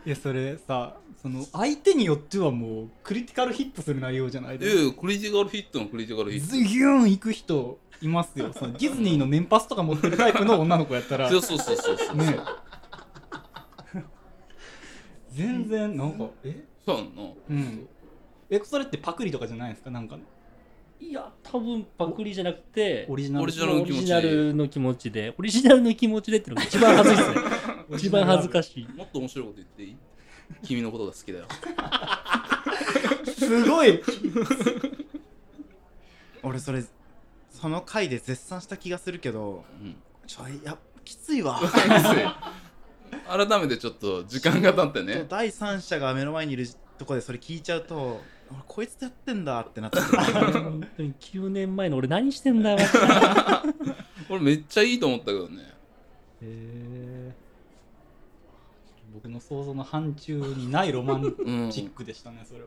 Speaker 2: いやそれさその相手によってはもうクリティカルヒットする内容じゃな
Speaker 1: え
Speaker 2: い
Speaker 1: ー、クリティカルヒットのクリティカルヒッ
Speaker 2: ズギューン行く人いますよそのディズニーの年パスとか持ってるタイプの女の子やったら
Speaker 1: トそうそうそうそうそう、
Speaker 2: ね全然なんかえ
Speaker 1: そうなの
Speaker 2: うんえそれってパクリとかじゃないですかなんかの
Speaker 4: いや、多分パクリじゃなくて、
Speaker 2: オリジナル
Speaker 1: オリジナルの気持ち
Speaker 4: オリジナ
Speaker 1: で
Speaker 4: ルの気持ちで、オリジナルの気持ちでってのが一番恥ずいですね。一番恥ずかしい。
Speaker 1: もっと面白いこと言っていい君のことが好きだよ
Speaker 2: すごい
Speaker 3: 俺それその回で絶賛した気がするけど
Speaker 1: うん
Speaker 3: ちょいやきついわ
Speaker 1: 改めてちょっと時間が経って ね
Speaker 3: 第三者が目の前にいるとこでそれ聞いちゃうと俺こいつとやってんだっ てなってくる
Speaker 4: 本当に9年前の俺何してん だよ。マジで
Speaker 1: 俺めっちゃいいと思ったけどね
Speaker 2: へえ僕の想像の範疇にないロマン
Speaker 1: うん
Speaker 2: チックでしたねそれは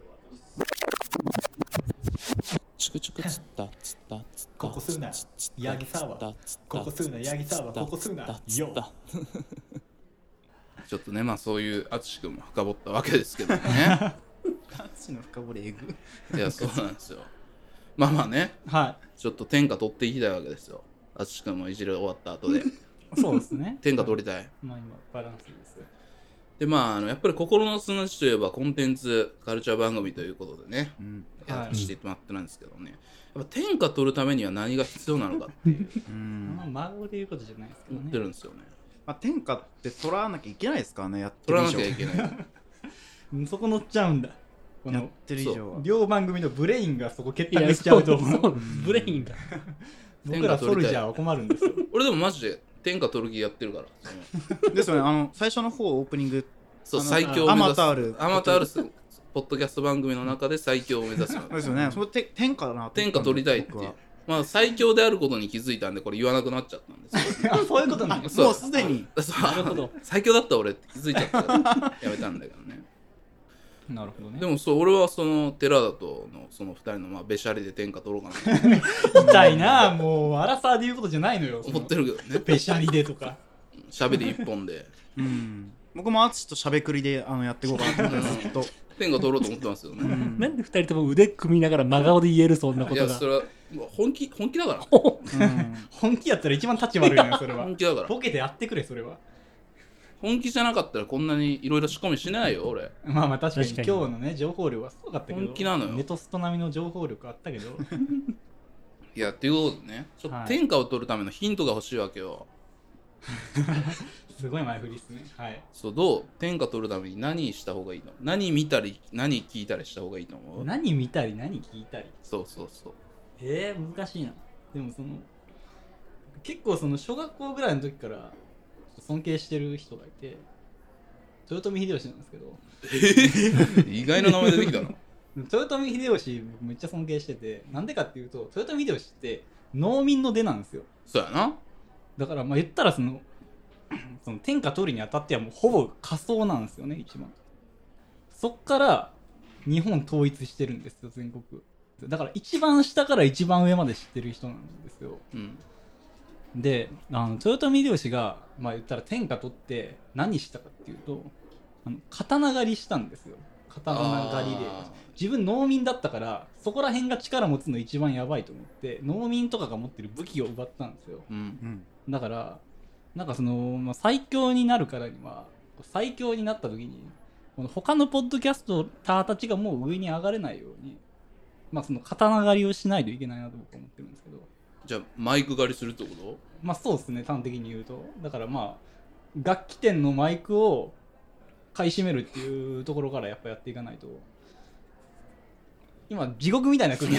Speaker 7: チクチクつったつったつった
Speaker 6: ここすんなヤギサーバーここすんなヤギサーバーここすんなよう
Speaker 1: ちょっとねまあそういう淳君も深掘ったわけですけどね
Speaker 3: 淳の深掘りえぐ
Speaker 1: いや、そうなんですよ。まあまあね、
Speaker 2: は
Speaker 1: ちょっと天下取っていきたいわけですよ。淳君もいじり終わった 後で。。
Speaker 2: い。そうですね
Speaker 1: 天下取りたい。
Speaker 2: まあ今、バランスです。
Speaker 1: で、まあ、あのやっぱり心の砂地といえばコンテンツ、カルチャー番組ということでね、
Speaker 3: うん
Speaker 1: や
Speaker 2: は
Speaker 1: ら
Speaker 2: い
Speaker 1: せてもらってなんですけどね。やっぱ天下取るためには何が必要なのかっていう
Speaker 3: うん
Speaker 2: まあ、孫で言うことじゃないですけど
Speaker 1: 思
Speaker 2: ね。
Speaker 1: ってるんですよね。
Speaker 3: まあ、天下って取らなきゃいけないですからねやって
Speaker 1: 取
Speaker 3: る
Speaker 1: ら
Speaker 3: 以
Speaker 1: なき
Speaker 3: 上
Speaker 1: ゃいけない。
Speaker 2: うんそこ乗っちゃうんだ。こ
Speaker 3: やっ
Speaker 2: の、
Speaker 3: てる以上は
Speaker 2: 両番組のブレインがそこ結
Speaker 4: いや
Speaker 2: 託しちゃうと
Speaker 4: そ
Speaker 2: 思う。
Speaker 4: うブレインが
Speaker 2: 僕らソルジャーは困るんですよ。
Speaker 1: 俺でもマジで天下取る気やってるから。その
Speaker 3: ですよねあの最初の方オープニング
Speaker 1: そう、
Speaker 3: あの
Speaker 1: 最強を目指す。
Speaker 3: あアマタール
Speaker 1: アマタールス、ポッドキャスト番組の中で最強を目指す。
Speaker 3: ですよねそのて天下だなと思
Speaker 1: 天
Speaker 3: ったん
Speaker 1: 下
Speaker 3: で
Speaker 1: 取りたいって
Speaker 3: 僕
Speaker 1: いう
Speaker 3: は。
Speaker 1: まあ、最強であることに気づいたんで、これ言わなくなっちゃったんですけ
Speaker 2: あそういうことなんです。
Speaker 1: そう
Speaker 3: もうすでに
Speaker 1: ど。そう 最強だった俺って気づいちゃったから、やめたんだけどね。
Speaker 2: なるほどね。
Speaker 1: でもそう、俺はその、寺田との、その二人の、まあ、べしゃりで天下取ろうかなと
Speaker 2: 痛いなあ、もう、アラサーで言うことじゃないのよ。
Speaker 1: 思ってるけど ね。
Speaker 2: ペシャリでとか。
Speaker 1: 喋り一本で。
Speaker 3: うん僕も淳としゃべくりであのやっていこうかなと思ってますずっと
Speaker 1: 天下取ろうと思ってますよ
Speaker 3: う
Speaker 1: ね。
Speaker 3: ん
Speaker 4: なんで二人とも腕組みながら真顔で言えるそんなこ
Speaker 1: い
Speaker 4: と
Speaker 1: や、
Speaker 4: が
Speaker 1: それは、本気、本気だから。
Speaker 3: うん
Speaker 2: 本気やったら一番立ち悪いのよ、それは
Speaker 1: 本。気だから。
Speaker 2: ボケてやってくれ、それは。
Speaker 1: 本気じゃなかったらこんなにいろいろ仕込みしないよ、俺。
Speaker 2: まあまあ確かに
Speaker 4: 確か
Speaker 2: 今
Speaker 4: に
Speaker 2: 日のね、情報量はすごかったけど。
Speaker 1: 本気なのよ
Speaker 2: ネトスト並みの情報力あったけど。
Speaker 1: いや、っていうことでね、ちょっ
Speaker 2: は
Speaker 1: と
Speaker 2: い
Speaker 1: 天下を取るためのヒントが欲しいわけよ。
Speaker 2: すごい前振りっすね。はい。
Speaker 1: そう、どう天下取るために何した方がいいの何見たり、何聞いたりした方がいいと思う
Speaker 2: 何見たり何聞いたり。
Speaker 1: そうそうそう。
Speaker 2: えー、難しいな。でもその、結構その小学校ぐらいの時から尊敬してる人がいて、豊臣秀吉なんですけど、
Speaker 1: 意外な名前出てきたな。
Speaker 2: 豊臣秀吉僕めっちゃ尊敬してて、なんでかっていうと、豊臣秀吉って農民の出なんですよ。
Speaker 1: そうやな。
Speaker 2: だからまあ言ったらその その天下取るにあたってはもうほぼ仮想なんですよね一番そっから日本統一してるんですよ全国だから一番下から一番上まで知ってる人なんですよ
Speaker 1: うん。
Speaker 2: であの豊臣秀吉がまあ言ったら天下取って何したかっていうとあの刀狩りしたんですよ刀狩りで
Speaker 1: あ
Speaker 2: 自分農民だったからそこら辺が力持つの一番やばいと思って農民とかが持ってる武器を奪ったんですよ
Speaker 1: ーうん。
Speaker 3: うん
Speaker 2: だからなんかその、まあ、最強になるからには最強になった時にこの他のポッドキャスターたちがもう上に上がれないように、まあ、その刀狩りをしないといけないなと僕は思ってるんですけど
Speaker 1: じゃあ、マイク狩りするってこ
Speaker 2: まあそうですね端的に言うとだからまあ楽器店のマイクを買い占めるっていうところからやっぱやっていかないと今地獄みたいな空気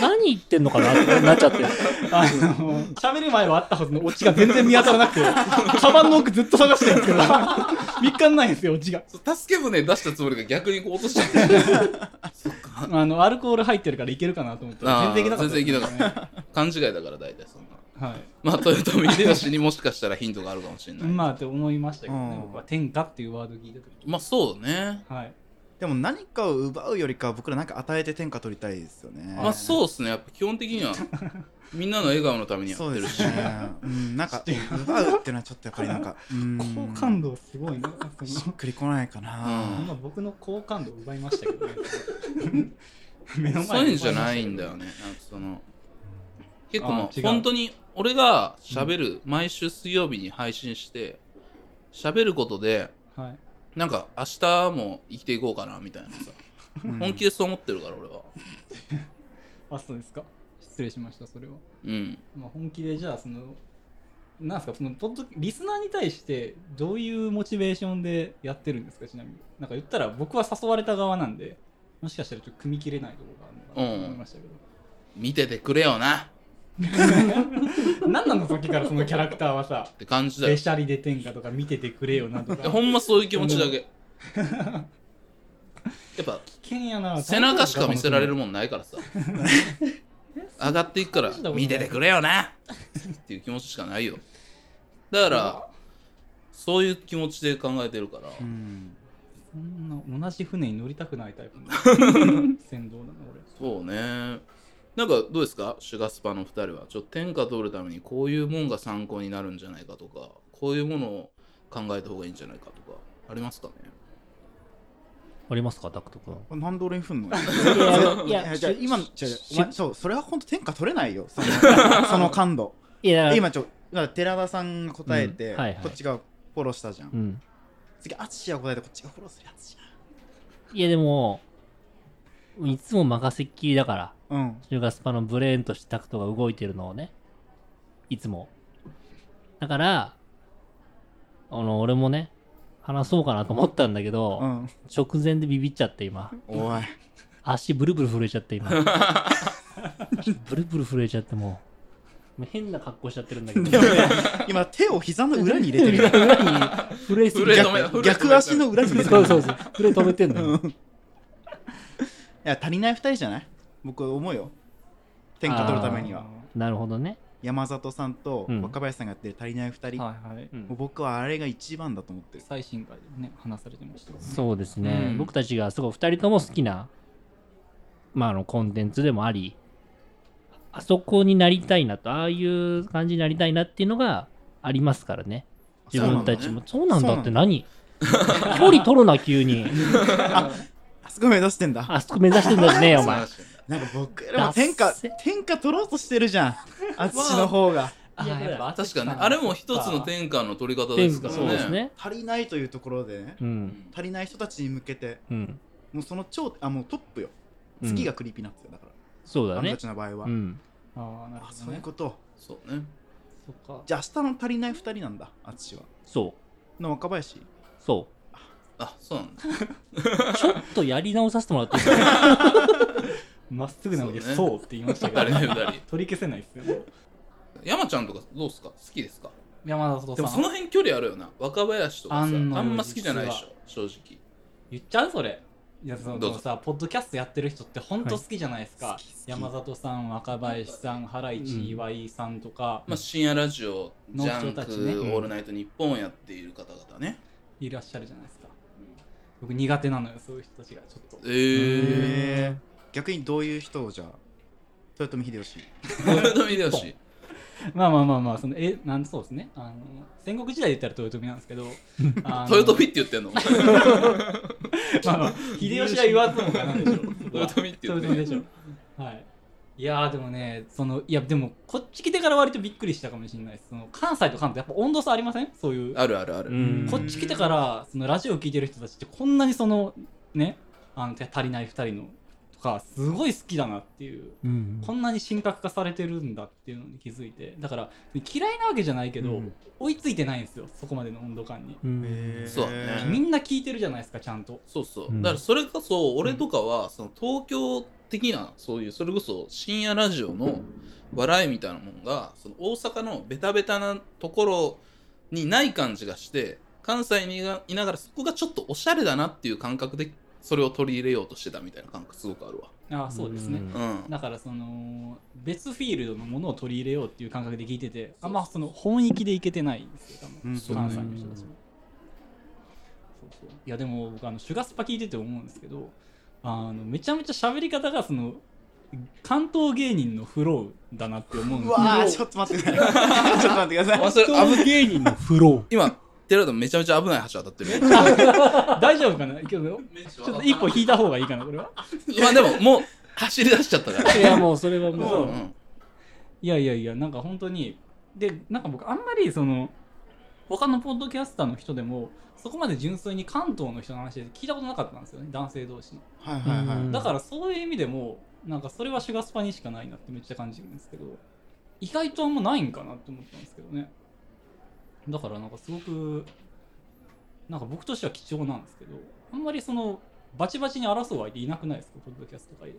Speaker 4: 何言ってんのかなってなっちゃってる
Speaker 2: あの喋る前はあったはずのオチが全然見当た らなくて、カバンの奥ずっと探してるんですけど、見っかんないんですよ、オチが。
Speaker 1: と助け舟出したつもりが逆にこう落としちゃ った。
Speaker 2: あの、アルコール入ってるからいけるかなと思ったら、全然いけなかった、
Speaker 1: あー全然いけな
Speaker 2: かっ
Speaker 1: 勘違いだから、大体そんな。
Speaker 2: た。は
Speaker 1: まあ、豊臣秀吉にもしかしたらヒントがあるかもしれ
Speaker 2: い。
Speaker 1: ない。ま
Speaker 2: まあ、って思いましたけど
Speaker 3: う
Speaker 2: ね
Speaker 3: ん、
Speaker 2: 僕は天下っていうワード聞いたとき。
Speaker 1: あ、そうね。
Speaker 2: はい。
Speaker 3: でも何かを奪うよりかは僕ら何か与えて天下取りたいですよね
Speaker 1: まあ、そうっすね。やっぱ基本的には、 みんなの笑顔のためにや
Speaker 3: そ
Speaker 1: っ
Speaker 3: う
Speaker 1: て
Speaker 3: で
Speaker 1: るし
Speaker 3: す。ね、うん、なんか奪うっていうのはちょっとやっぱりなんかうん
Speaker 2: 好感度すごいな、そ
Speaker 3: しっ
Speaker 2: の
Speaker 3: くりこないかな、
Speaker 2: 今僕の好感度奪いました けどね。目の
Speaker 1: そういうんじゃ
Speaker 2: 奪ましたけど
Speaker 1: ないんだよね。なんかその結構
Speaker 2: あ
Speaker 1: もう
Speaker 2: 違う
Speaker 1: 本当に俺が喋る、毎週水曜日に配信して喋ることで
Speaker 2: はい。
Speaker 1: なんか明日も生きていこうかなみたいなさ、
Speaker 3: うん
Speaker 1: 本気でそう思ってるから俺は。
Speaker 2: あ、そうですか。失礼しました、それは。
Speaker 1: うん。
Speaker 2: まあ、本気でじゃあそのなんすかそのポッドリスナーに対してどういうモチベーションでやってるんですかちなみになんか言ったら僕は誘われた側なんでもしかしたらちょっと組み切れないところがあるのかなと思いましたけ
Speaker 1: 見ててくれよな
Speaker 2: ど、なん、何なのさっきか らそのキャラクターはさ
Speaker 1: って感じだ
Speaker 2: べ
Speaker 1: よ。
Speaker 2: しゃりで天下とか見ててくれよなと
Speaker 1: で
Speaker 2: か
Speaker 1: ほんまそういう気持ちだ け。やっぱ
Speaker 2: 危険やな
Speaker 1: 背中しか見せられるもんないから さ。上がっていくから
Speaker 2: そんなことない
Speaker 1: 見ててくれよなっていう気持ちしかないよ。だから、そういう気持ちで考えてるから、
Speaker 3: うん
Speaker 2: そんな同じ船に乗りたくないタイプ の船頭なの俺
Speaker 1: そうね。なんかどうですかシュガスパの2人は。ちょっと天下取るためにこういうもんが参考になるんじゃないかとか、こういうものを考えた方がいいんじゃないかとか、ありますかね
Speaker 4: ありますか、タクト君。
Speaker 3: これなんで俺に振んの
Speaker 4: いや
Speaker 3: じゃあ
Speaker 4: し
Speaker 3: 今の
Speaker 4: し
Speaker 3: じゃあお前そうそれは本当天下取れないよそのその感度
Speaker 4: いや、だから
Speaker 3: 今ちょだから寺田さんが答えて、
Speaker 4: うんはいはい
Speaker 3: こっちがフォローしたじゃん、
Speaker 4: うん。
Speaker 3: 次淳が答えてこっちがフォローするやつじ
Speaker 4: いや、でも、いつも任せっきりだから、
Speaker 3: ゃんうん
Speaker 4: 中華スパのブレーンとしてタクトが動いてるのをね、いつも。だから、あの、俺もね、話そうかなと思ったんだけど、
Speaker 3: うん
Speaker 4: 直前でビビっちゃって今。
Speaker 3: おい
Speaker 4: 足ブルブル震えちゃ って今ブルブル震えちゃってもうもう変な格好しちゃってるんだけ ど
Speaker 3: 今手を膝の裏に入れてるよ
Speaker 4: 裏に震えすぎ
Speaker 1: 震え
Speaker 4: て
Speaker 1: 止め
Speaker 3: 逆逆足の裏に入れてる
Speaker 4: そうそうそう震え止めてんの
Speaker 3: う
Speaker 4: よ
Speaker 3: んいや足りない二人じゃない僕は思うよ天下取るためには
Speaker 4: なるほどね
Speaker 3: 山里さんと
Speaker 4: うん
Speaker 3: 若林さんがやってる足りない二人、も
Speaker 2: はいはい、
Speaker 4: うん
Speaker 3: う僕はあれが一番だと思ってる
Speaker 2: 最新回でもね話されてましたよね
Speaker 4: そうですね、
Speaker 1: うん
Speaker 4: 僕たちがすごい2人とも好きな、まあ、あのコンテンツでもありあそこになりたいなとああいう感じになりたいなっていうのがありますからね自分たちもそうなんだって何距離取るな急に
Speaker 3: あそこ目指してんだ
Speaker 4: あ そこ目指してんだしねえお前
Speaker 3: なんか僕ら
Speaker 4: ダ
Speaker 3: も
Speaker 4: ッセ
Speaker 3: 天下天下取ろうとしてるじゃん淳の方が
Speaker 2: あーやっぱ
Speaker 1: 確かにねあれも一つの天下の取り方ですからね
Speaker 4: そうですね。
Speaker 3: 足りないというところでね
Speaker 4: うん。
Speaker 3: 足りない人たちに向けて
Speaker 4: うん。
Speaker 3: もうその頂あもうトップよ
Speaker 4: うん
Speaker 3: 月がクリーピーナッツよだから、
Speaker 4: そうだ
Speaker 3: あの
Speaker 4: ね
Speaker 3: た。ちの場合は、
Speaker 4: うん。
Speaker 2: あーなる
Speaker 3: あ
Speaker 2: ほ
Speaker 3: そ
Speaker 2: ど
Speaker 3: ういう
Speaker 2: ね
Speaker 3: こと
Speaker 1: そうね
Speaker 4: そっか。
Speaker 3: じゃあ明日の足りない二人なんだ淳は
Speaker 4: そう。
Speaker 3: の若林
Speaker 4: そ
Speaker 1: あそうなんだ
Speaker 4: う。ちょっとやり直させてもらっていいですか
Speaker 2: まっすぐなので
Speaker 1: そうね
Speaker 2: そうって言いましたけ
Speaker 1: 誰
Speaker 2: ど
Speaker 1: だよ誰
Speaker 2: 取り消せないですよね
Speaker 1: 山ちゃんとかどうっすか好きですか
Speaker 2: 山里
Speaker 1: でも
Speaker 2: さ
Speaker 1: その
Speaker 2: ん
Speaker 1: 辺距離あるよな若林とかさあ
Speaker 2: あん
Speaker 1: ん
Speaker 2: のよ
Speaker 1: ま好きじゃないでしょ正直
Speaker 2: 言っちゃうそれいやその
Speaker 1: どうぞ
Speaker 2: さポッドキャストやってる人って本当好きじゃないですか、
Speaker 3: はい好き好き
Speaker 2: 山里さん若林さんハライチ、
Speaker 4: うん
Speaker 2: 岩井さんとか、
Speaker 1: まあ深夜ラジオジ
Speaker 2: の
Speaker 1: ャ
Speaker 2: 人
Speaker 1: ン
Speaker 2: たち
Speaker 1: ク、
Speaker 2: ね
Speaker 1: オールナイトニッポンやっている方々ね
Speaker 2: いらっしゃるじゃないですか僕苦手なのよそういう人たちがちょっと
Speaker 1: えー、
Speaker 3: へえ逆にどういう人をじゃあ豊臣秀吉
Speaker 1: 豊臣秀吉
Speaker 2: まあまあまあまあそのえなんそうですねあの戦国時代で言ったら豊臣なんですけどあの
Speaker 1: 豊臣って言ってんの
Speaker 2: まあまあ秀吉が言わずもがなんでしょう
Speaker 1: 豊臣って言って
Speaker 2: でしょはいいやーでもねそのいやでもこっち来てから割とびっくりしたかもしれないですその関西と関東やっぱ温度差ありませんそういう
Speaker 1: あるあるある、
Speaker 4: うん
Speaker 2: こっち来てからそのラジオ聞いてる人たちってこんなにそのねあの足りない2人のとかすごい好きだなっていう
Speaker 4: うん
Speaker 2: こんなに神格化されてるんだっていうのに気づいてだから嫌いなわけじゃないけど、
Speaker 4: うん
Speaker 2: 追いついてないんですよそこまでの温度感に、
Speaker 4: うん。
Speaker 1: そうだね
Speaker 2: みんな聞いてるじゃないですかちゃんと
Speaker 1: そうそう、
Speaker 4: うん
Speaker 1: だからそれこそ俺とかはその東京的なそういうそれこそ深夜ラジオの笑いみたいなもんがその大阪のベタベタなところにない感じがして関西にいないながらそこがちょっとおしゃれだなっていう感覚でそれを取り入れようとしてたみたいな感覚すごくあるわ
Speaker 2: ああそうですね、
Speaker 4: ん
Speaker 1: うん
Speaker 2: だからその別フィールドのものを取り入れようっていう感覚で聞いててあんまその本域でいけてないんですよ多分、
Speaker 3: うんそうね
Speaker 2: 関西の人たちもそうそういやでも僕あのシュガスパ聞いてて思うんですけどあのめちゃめちゃ喋り方がその関東芸人のフローだなって思うん
Speaker 3: う
Speaker 2: ですよ
Speaker 3: わ ーちょっと待ってくださいちょっと待ってください
Speaker 1: 忘れあぶ
Speaker 4: 芸人のフロ
Speaker 1: 今寺田めちゃめちゃ危ない橋渡ってる
Speaker 2: 大丈夫かなけどちょっと一歩引いた方がいいかなこれは
Speaker 1: まあでももう走り出しちゃったから
Speaker 4: ー。いや、もうそれは
Speaker 1: う
Speaker 4: もう。
Speaker 1: ん
Speaker 2: いやいやいやなんか本当にでなんか僕あんまりその他のポッドキャスターの人でもそこまで純粋に関東の人の話で聞いたことなかったんですよね男性同士の
Speaker 3: はいはいはい、
Speaker 4: うん
Speaker 2: だからそういう意味でもなんかそれはシュガスパにしかないなってめっちゃ感じるんですけど意外とあんまないんかなって思ったんですけどねだからなんかすごくなんか僕としては貴重なんですけどあんまりそのバチバチに争う相手いなくないですかポッドキャスト界で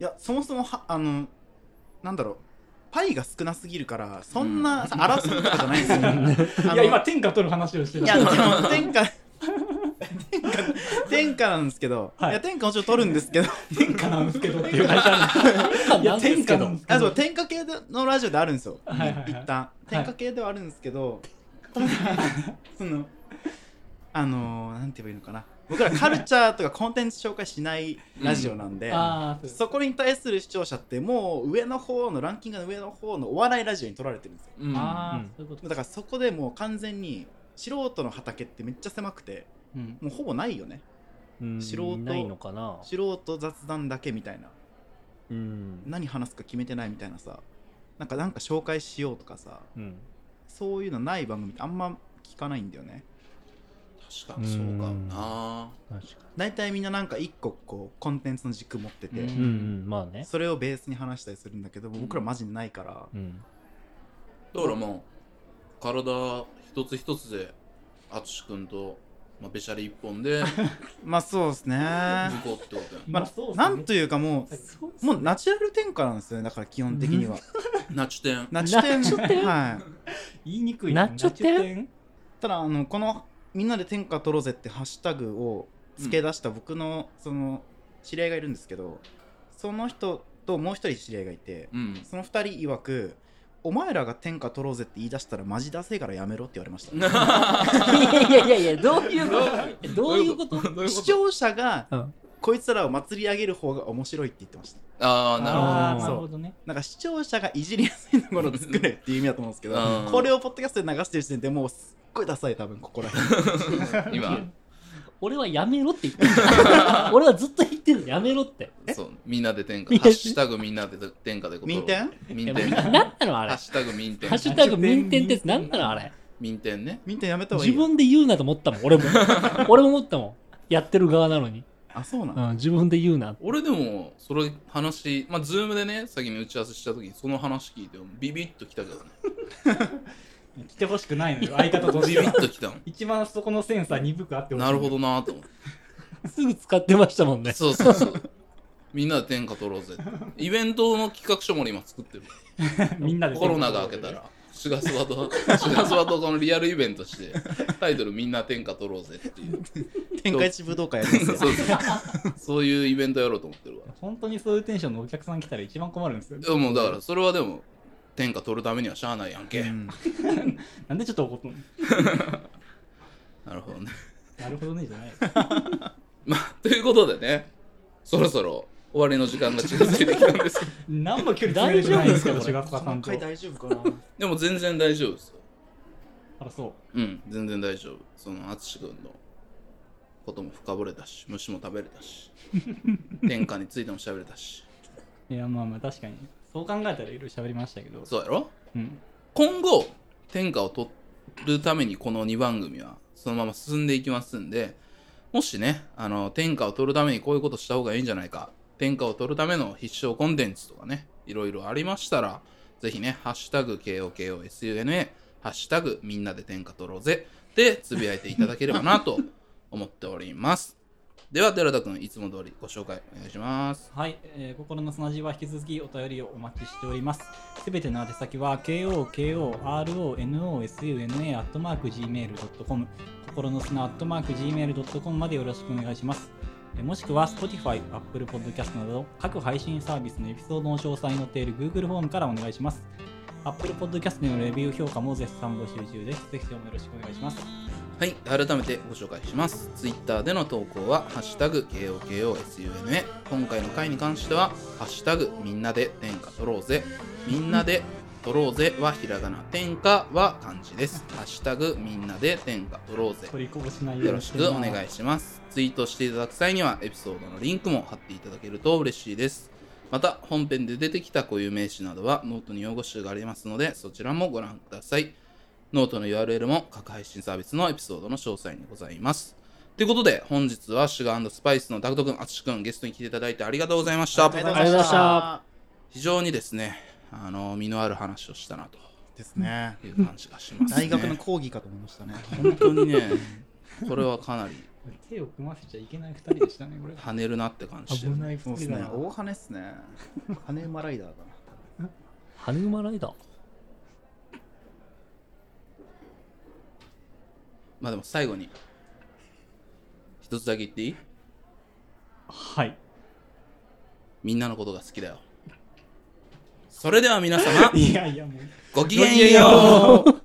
Speaker 3: いやそもそもはあのなんだろうパイが少なすぎるからそんな、さ争うとかじゃないんですよ
Speaker 2: いや今天下取る話をして
Speaker 3: い
Speaker 2: た
Speaker 3: やでも天下天下天下なんですけど、
Speaker 2: はい
Speaker 3: い、や天下もちろん取るんですけど
Speaker 2: 天下なんですけどっていう会社あるんですいや天下なんですけ
Speaker 3: あ
Speaker 2: ど
Speaker 3: そう天下系のラジオであるんですよ、
Speaker 2: はいはいはい
Speaker 3: 一旦天下系ではあるんですけど、ただ そのあのー、なんて言えばいいのかな僕らカルチャーとかコンテンツ紹介しないラジオなんで、
Speaker 2: あーそう
Speaker 3: そこに対する視聴者ってもう上の方のランキングの上の方のお笑いラジオに取られてるんですよ
Speaker 1: うん
Speaker 2: あーそういうこと
Speaker 3: だからそこでもう完全に素人の畑ってめっちゃ狭くて
Speaker 2: うん
Speaker 3: もうほぼないよね
Speaker 4: うん
Speaker 3: 素人
Speaker 4: ないのかな
Speaker 3: 素人雑談だけみたいな
Speaker 4: うん
Speaker 3: 何話すか決めてないみたいなさなんかなんか紹介しようとかさ
Speaker 4: うん
Speaker 3: そういうのない番組ってあんま聞かないんだよね
Speaker 1: 確かにそうかもな
Speaker 4: 確か
Speaker 3: 大体みんななんか一個こうコンテンツの軸持ってて、
Speaker 4: にうんうんまあね
Speaker 3: それをベースに話したりするんだけど僕らマジにないから、
Speaker 4: うん
Speaker 1: だからもう体一つ一つで淳君と、まあ、べしゃり一本 で
Speaker 3: まあそうですね
Speaker 1: 向こうってことや
Speaker 3: まあ
Speaker 2: そうっすね
Speaker 3: なんというかも
Speaker 2: そうっす
Speaker 3: うもうナチュラル転換なんですよねだから基本的には
Speaker 1: ナチュテン
Speaker 3: ナチュ転はい
Speaker 2: 言いにくい
Speaker 4: なっちょって
Speaker 2: ん
Speaker 3: ただあのこの「みんなで天下取ろうぜ」ってハッシュタグを付け出した僕の、その知り合いがいるんですけどその人ともう一人知り合いがいて
Speaker 1: うん
Speaker 3: その二人曰く「お前らが天下取ろうぜ」って言い出したらマジダセえからやめろって言われました
Speaker 4: いやいやいやどういうことどういうこと
Speaker 1: どういうこ
Speaker 3: 視
Speaker 1: と
Speaker 3: 聴者が、
Speaker 4: うん
Speaker 3: こいつらを祭り上げる方が面白いって言ってまし た
Speaker 1: ああなるほど
Speaker 2: あー
Speaker 4: ーな
Speaker 2: な
Speaker 4: る
Speaker 2: る
Speaker 4: ほ
Speaker 2: ほどね
Speaker 3: なんか視聴者がいじりやすいところを作れっていう意味だと思うんですけど
Speaker 1: うん
Speaker 3: これをポッドキャストで流してる時点でもうすっごいダサい多分ここら辺
Speaker 1: 今
Speaker 4: 俺はやめろって言 ってる俺はずっと言ってるのやめろって
Speaker 1: そうみんなで天下
Speaker 4: みんな
Speaker 1: ハ
Speaker 4: で
Speaker 1: ッシュタグみんなで天下でこと
Speaker 3: 民天
Speaker 1: 民
Speaker 4: 何
Speaker 1: 天
Speaker 4: な
Speaker 1: ハ
Speaker 4: んなのあ
Speaker 1: ッ
Speaker 4: れハ
Speaker 1: シュタグ民天
Speaker 4: ッシュタグ民天って何なのあれ
Speaker 1: 民天ね
Speaker 3: みんなやめた方がい
Speaker 4: 自
Speaker 3: いよ
Speaker 4: 分で言うなと思ったもん 俺も俺も思ったもんやってる側なのに、
Speaker 3: あそうな
Speaker 4: う
Speaker 3: の、
Speaker 4: ん、自分で言うな
Speaker 1: 俺でもそれ話まあズームでね先に打ち合わせした時にその話聞いてビビッときたけどね
Speaker 2: 来てほしくないのよ相方と
Speaker 1: ビ
Speaker 2: して
Speaker 1: ビ
Speaker 2: は
Speaker 1: ッとき たもん
Speaker 2: 一番そこのセンサー鈍くあってほしい
Speaker 1: なるほどなーと思って
Speaker 4: すぐ使ってましたもんね
Speaker 1: そうそうそう。みんなで天下取ろうぜ。イベントの企画書も俺今作ってる。
Speaker 2: みんなで
Speaker 1: コロナが明けたら。シガスワと、シガスワとこのリアルイベントして、タイトルみんな天下取ろうぜっていう。
Speaker 3: 天下一武道会やります
Speaker 1: そう
Speaker 3: よ
Speaker 1: そう。そういうイベントやろうと思ってるわ。
Speaker 2: 本当にそういうテンションのお客さん来たら一番困るんですよ
Speaker 1: でもだからそれはでも、天下取るためにはしゃあないやんけ。
Speaker 3: うん
Speaker 2: なんでちょっと怒ったの
Speaker 1: なるほどね。
Speaker 2: なるほどねじゃない
Speaker 1: まあ、ということでね、そろそろ終わりの時間が近づいてきたんですけど、
Speaker 2: 何も距離詰めるじゃないんですけど違う
Speaker 3: こ
Speaker 2: さん
Speaker 3: の
Speaker 2: と
Speaker 3: 回大丈夫かな
Speaker 1: でも全然大丈夫ですよ。
Speaker 2: あらそう
Speaker 1: うん、全然大丈夫。その、淳君のことも深掘れたし、虫も食べれたし、天下についても喋れたし。
Speaker 2: いやまあまあ確かにそう考えたらいろいろ喋りましたけど
Speaker 1: そうやろ
Speaker 2: うん
Speaker 1: 今後、天下を取るためにこの2番組はそのまま進んでいきますんで、もしね、あの、天下を取るためにこういうことした方がいいんじゃないか、天下を取るための必勝コンテンツとかね、いろいろありましたら、ぜひね、ハッシュタグ KOKOSUNA、ハッシュタグみんなで天下取ろうぜ、でつぶやいていただければなと思っております。では、寺田くん、いつも通りご紹介お願いします。
Speaker 2: はい、えー心の砂地は引き続きお便りをお待ちしております。すべての宛先は kokoronosuna.gmail.com 心の砂 .gmail.com までよろしくお願いします。えーもしくは Spotify、Apple Podcast など各配信サービスのエピソードの詳細に載っている Google フォームからお願いします。Apple Podcast でのレビュー評価も絶賛募集中です。ぜひともよろしくお願いします。
Speaker 1: はい、改めてご紹介します。Twitter での投稿は、ハッシュタグ KOKOSUNA。今回の回に関しては、ハッシュタグみんなで天下取ろうぜ。みんなで取ろうぜはひらがな、天下は漢字です。ハッシュタグみんなで天下取ろうぜ。
Speaker 2: 取りこぼしないように
Speaker 1: よろしくお願
Speaker 2: い
Speaker 1: いします。ツイートしていただく際にはエピソードのリンクも貼っていただけると嬉しいです。また、本編で出てきた固有名詞などはノートに用語集がありますので、そちらもご覧ください。ノートの URL も各配信サービスのエピソードの詳細にございます。ということで、本日はシュガースパイスのダクト君、アツシ君、ゲストに来ていただいてありがとうございました。
Speaker 3: あり
Speaker 4: がとうございました
Speaker 1: 非常にですね、あの、身のある話をしたな
Speaker 3: ですね
Speaker 1: という感じがします、ね。
Speaker 3: 大学の講義かと思いましたね
Speaker 1: 本当にね、 これはかなり
Speaker 2: ます。手を組ませちゃいけない二人でしたね、これ。
Speaker 1: 跳ねるなって感じして
Speaker 2: 危
Speaker 1: る。
Speaker 2: ない
Speaker 3: そう
Speaker 2: 二
Speaker 3: です
Speaker 2: 人だ
Speaker 3: ね
Speaker 2: な。
Speaker 3: 大羽ですね羽馬ライダーだ
Speaker 4: 羽馬ライダー
Speaker 1: まあでも最後に一つだけ言っていい
Speaker 2: はい。
Speaker 1: みんなのことが好きだよそれでは皆様
Speaker 2: いやいや、もう。
Speaker 1: ごきげんよう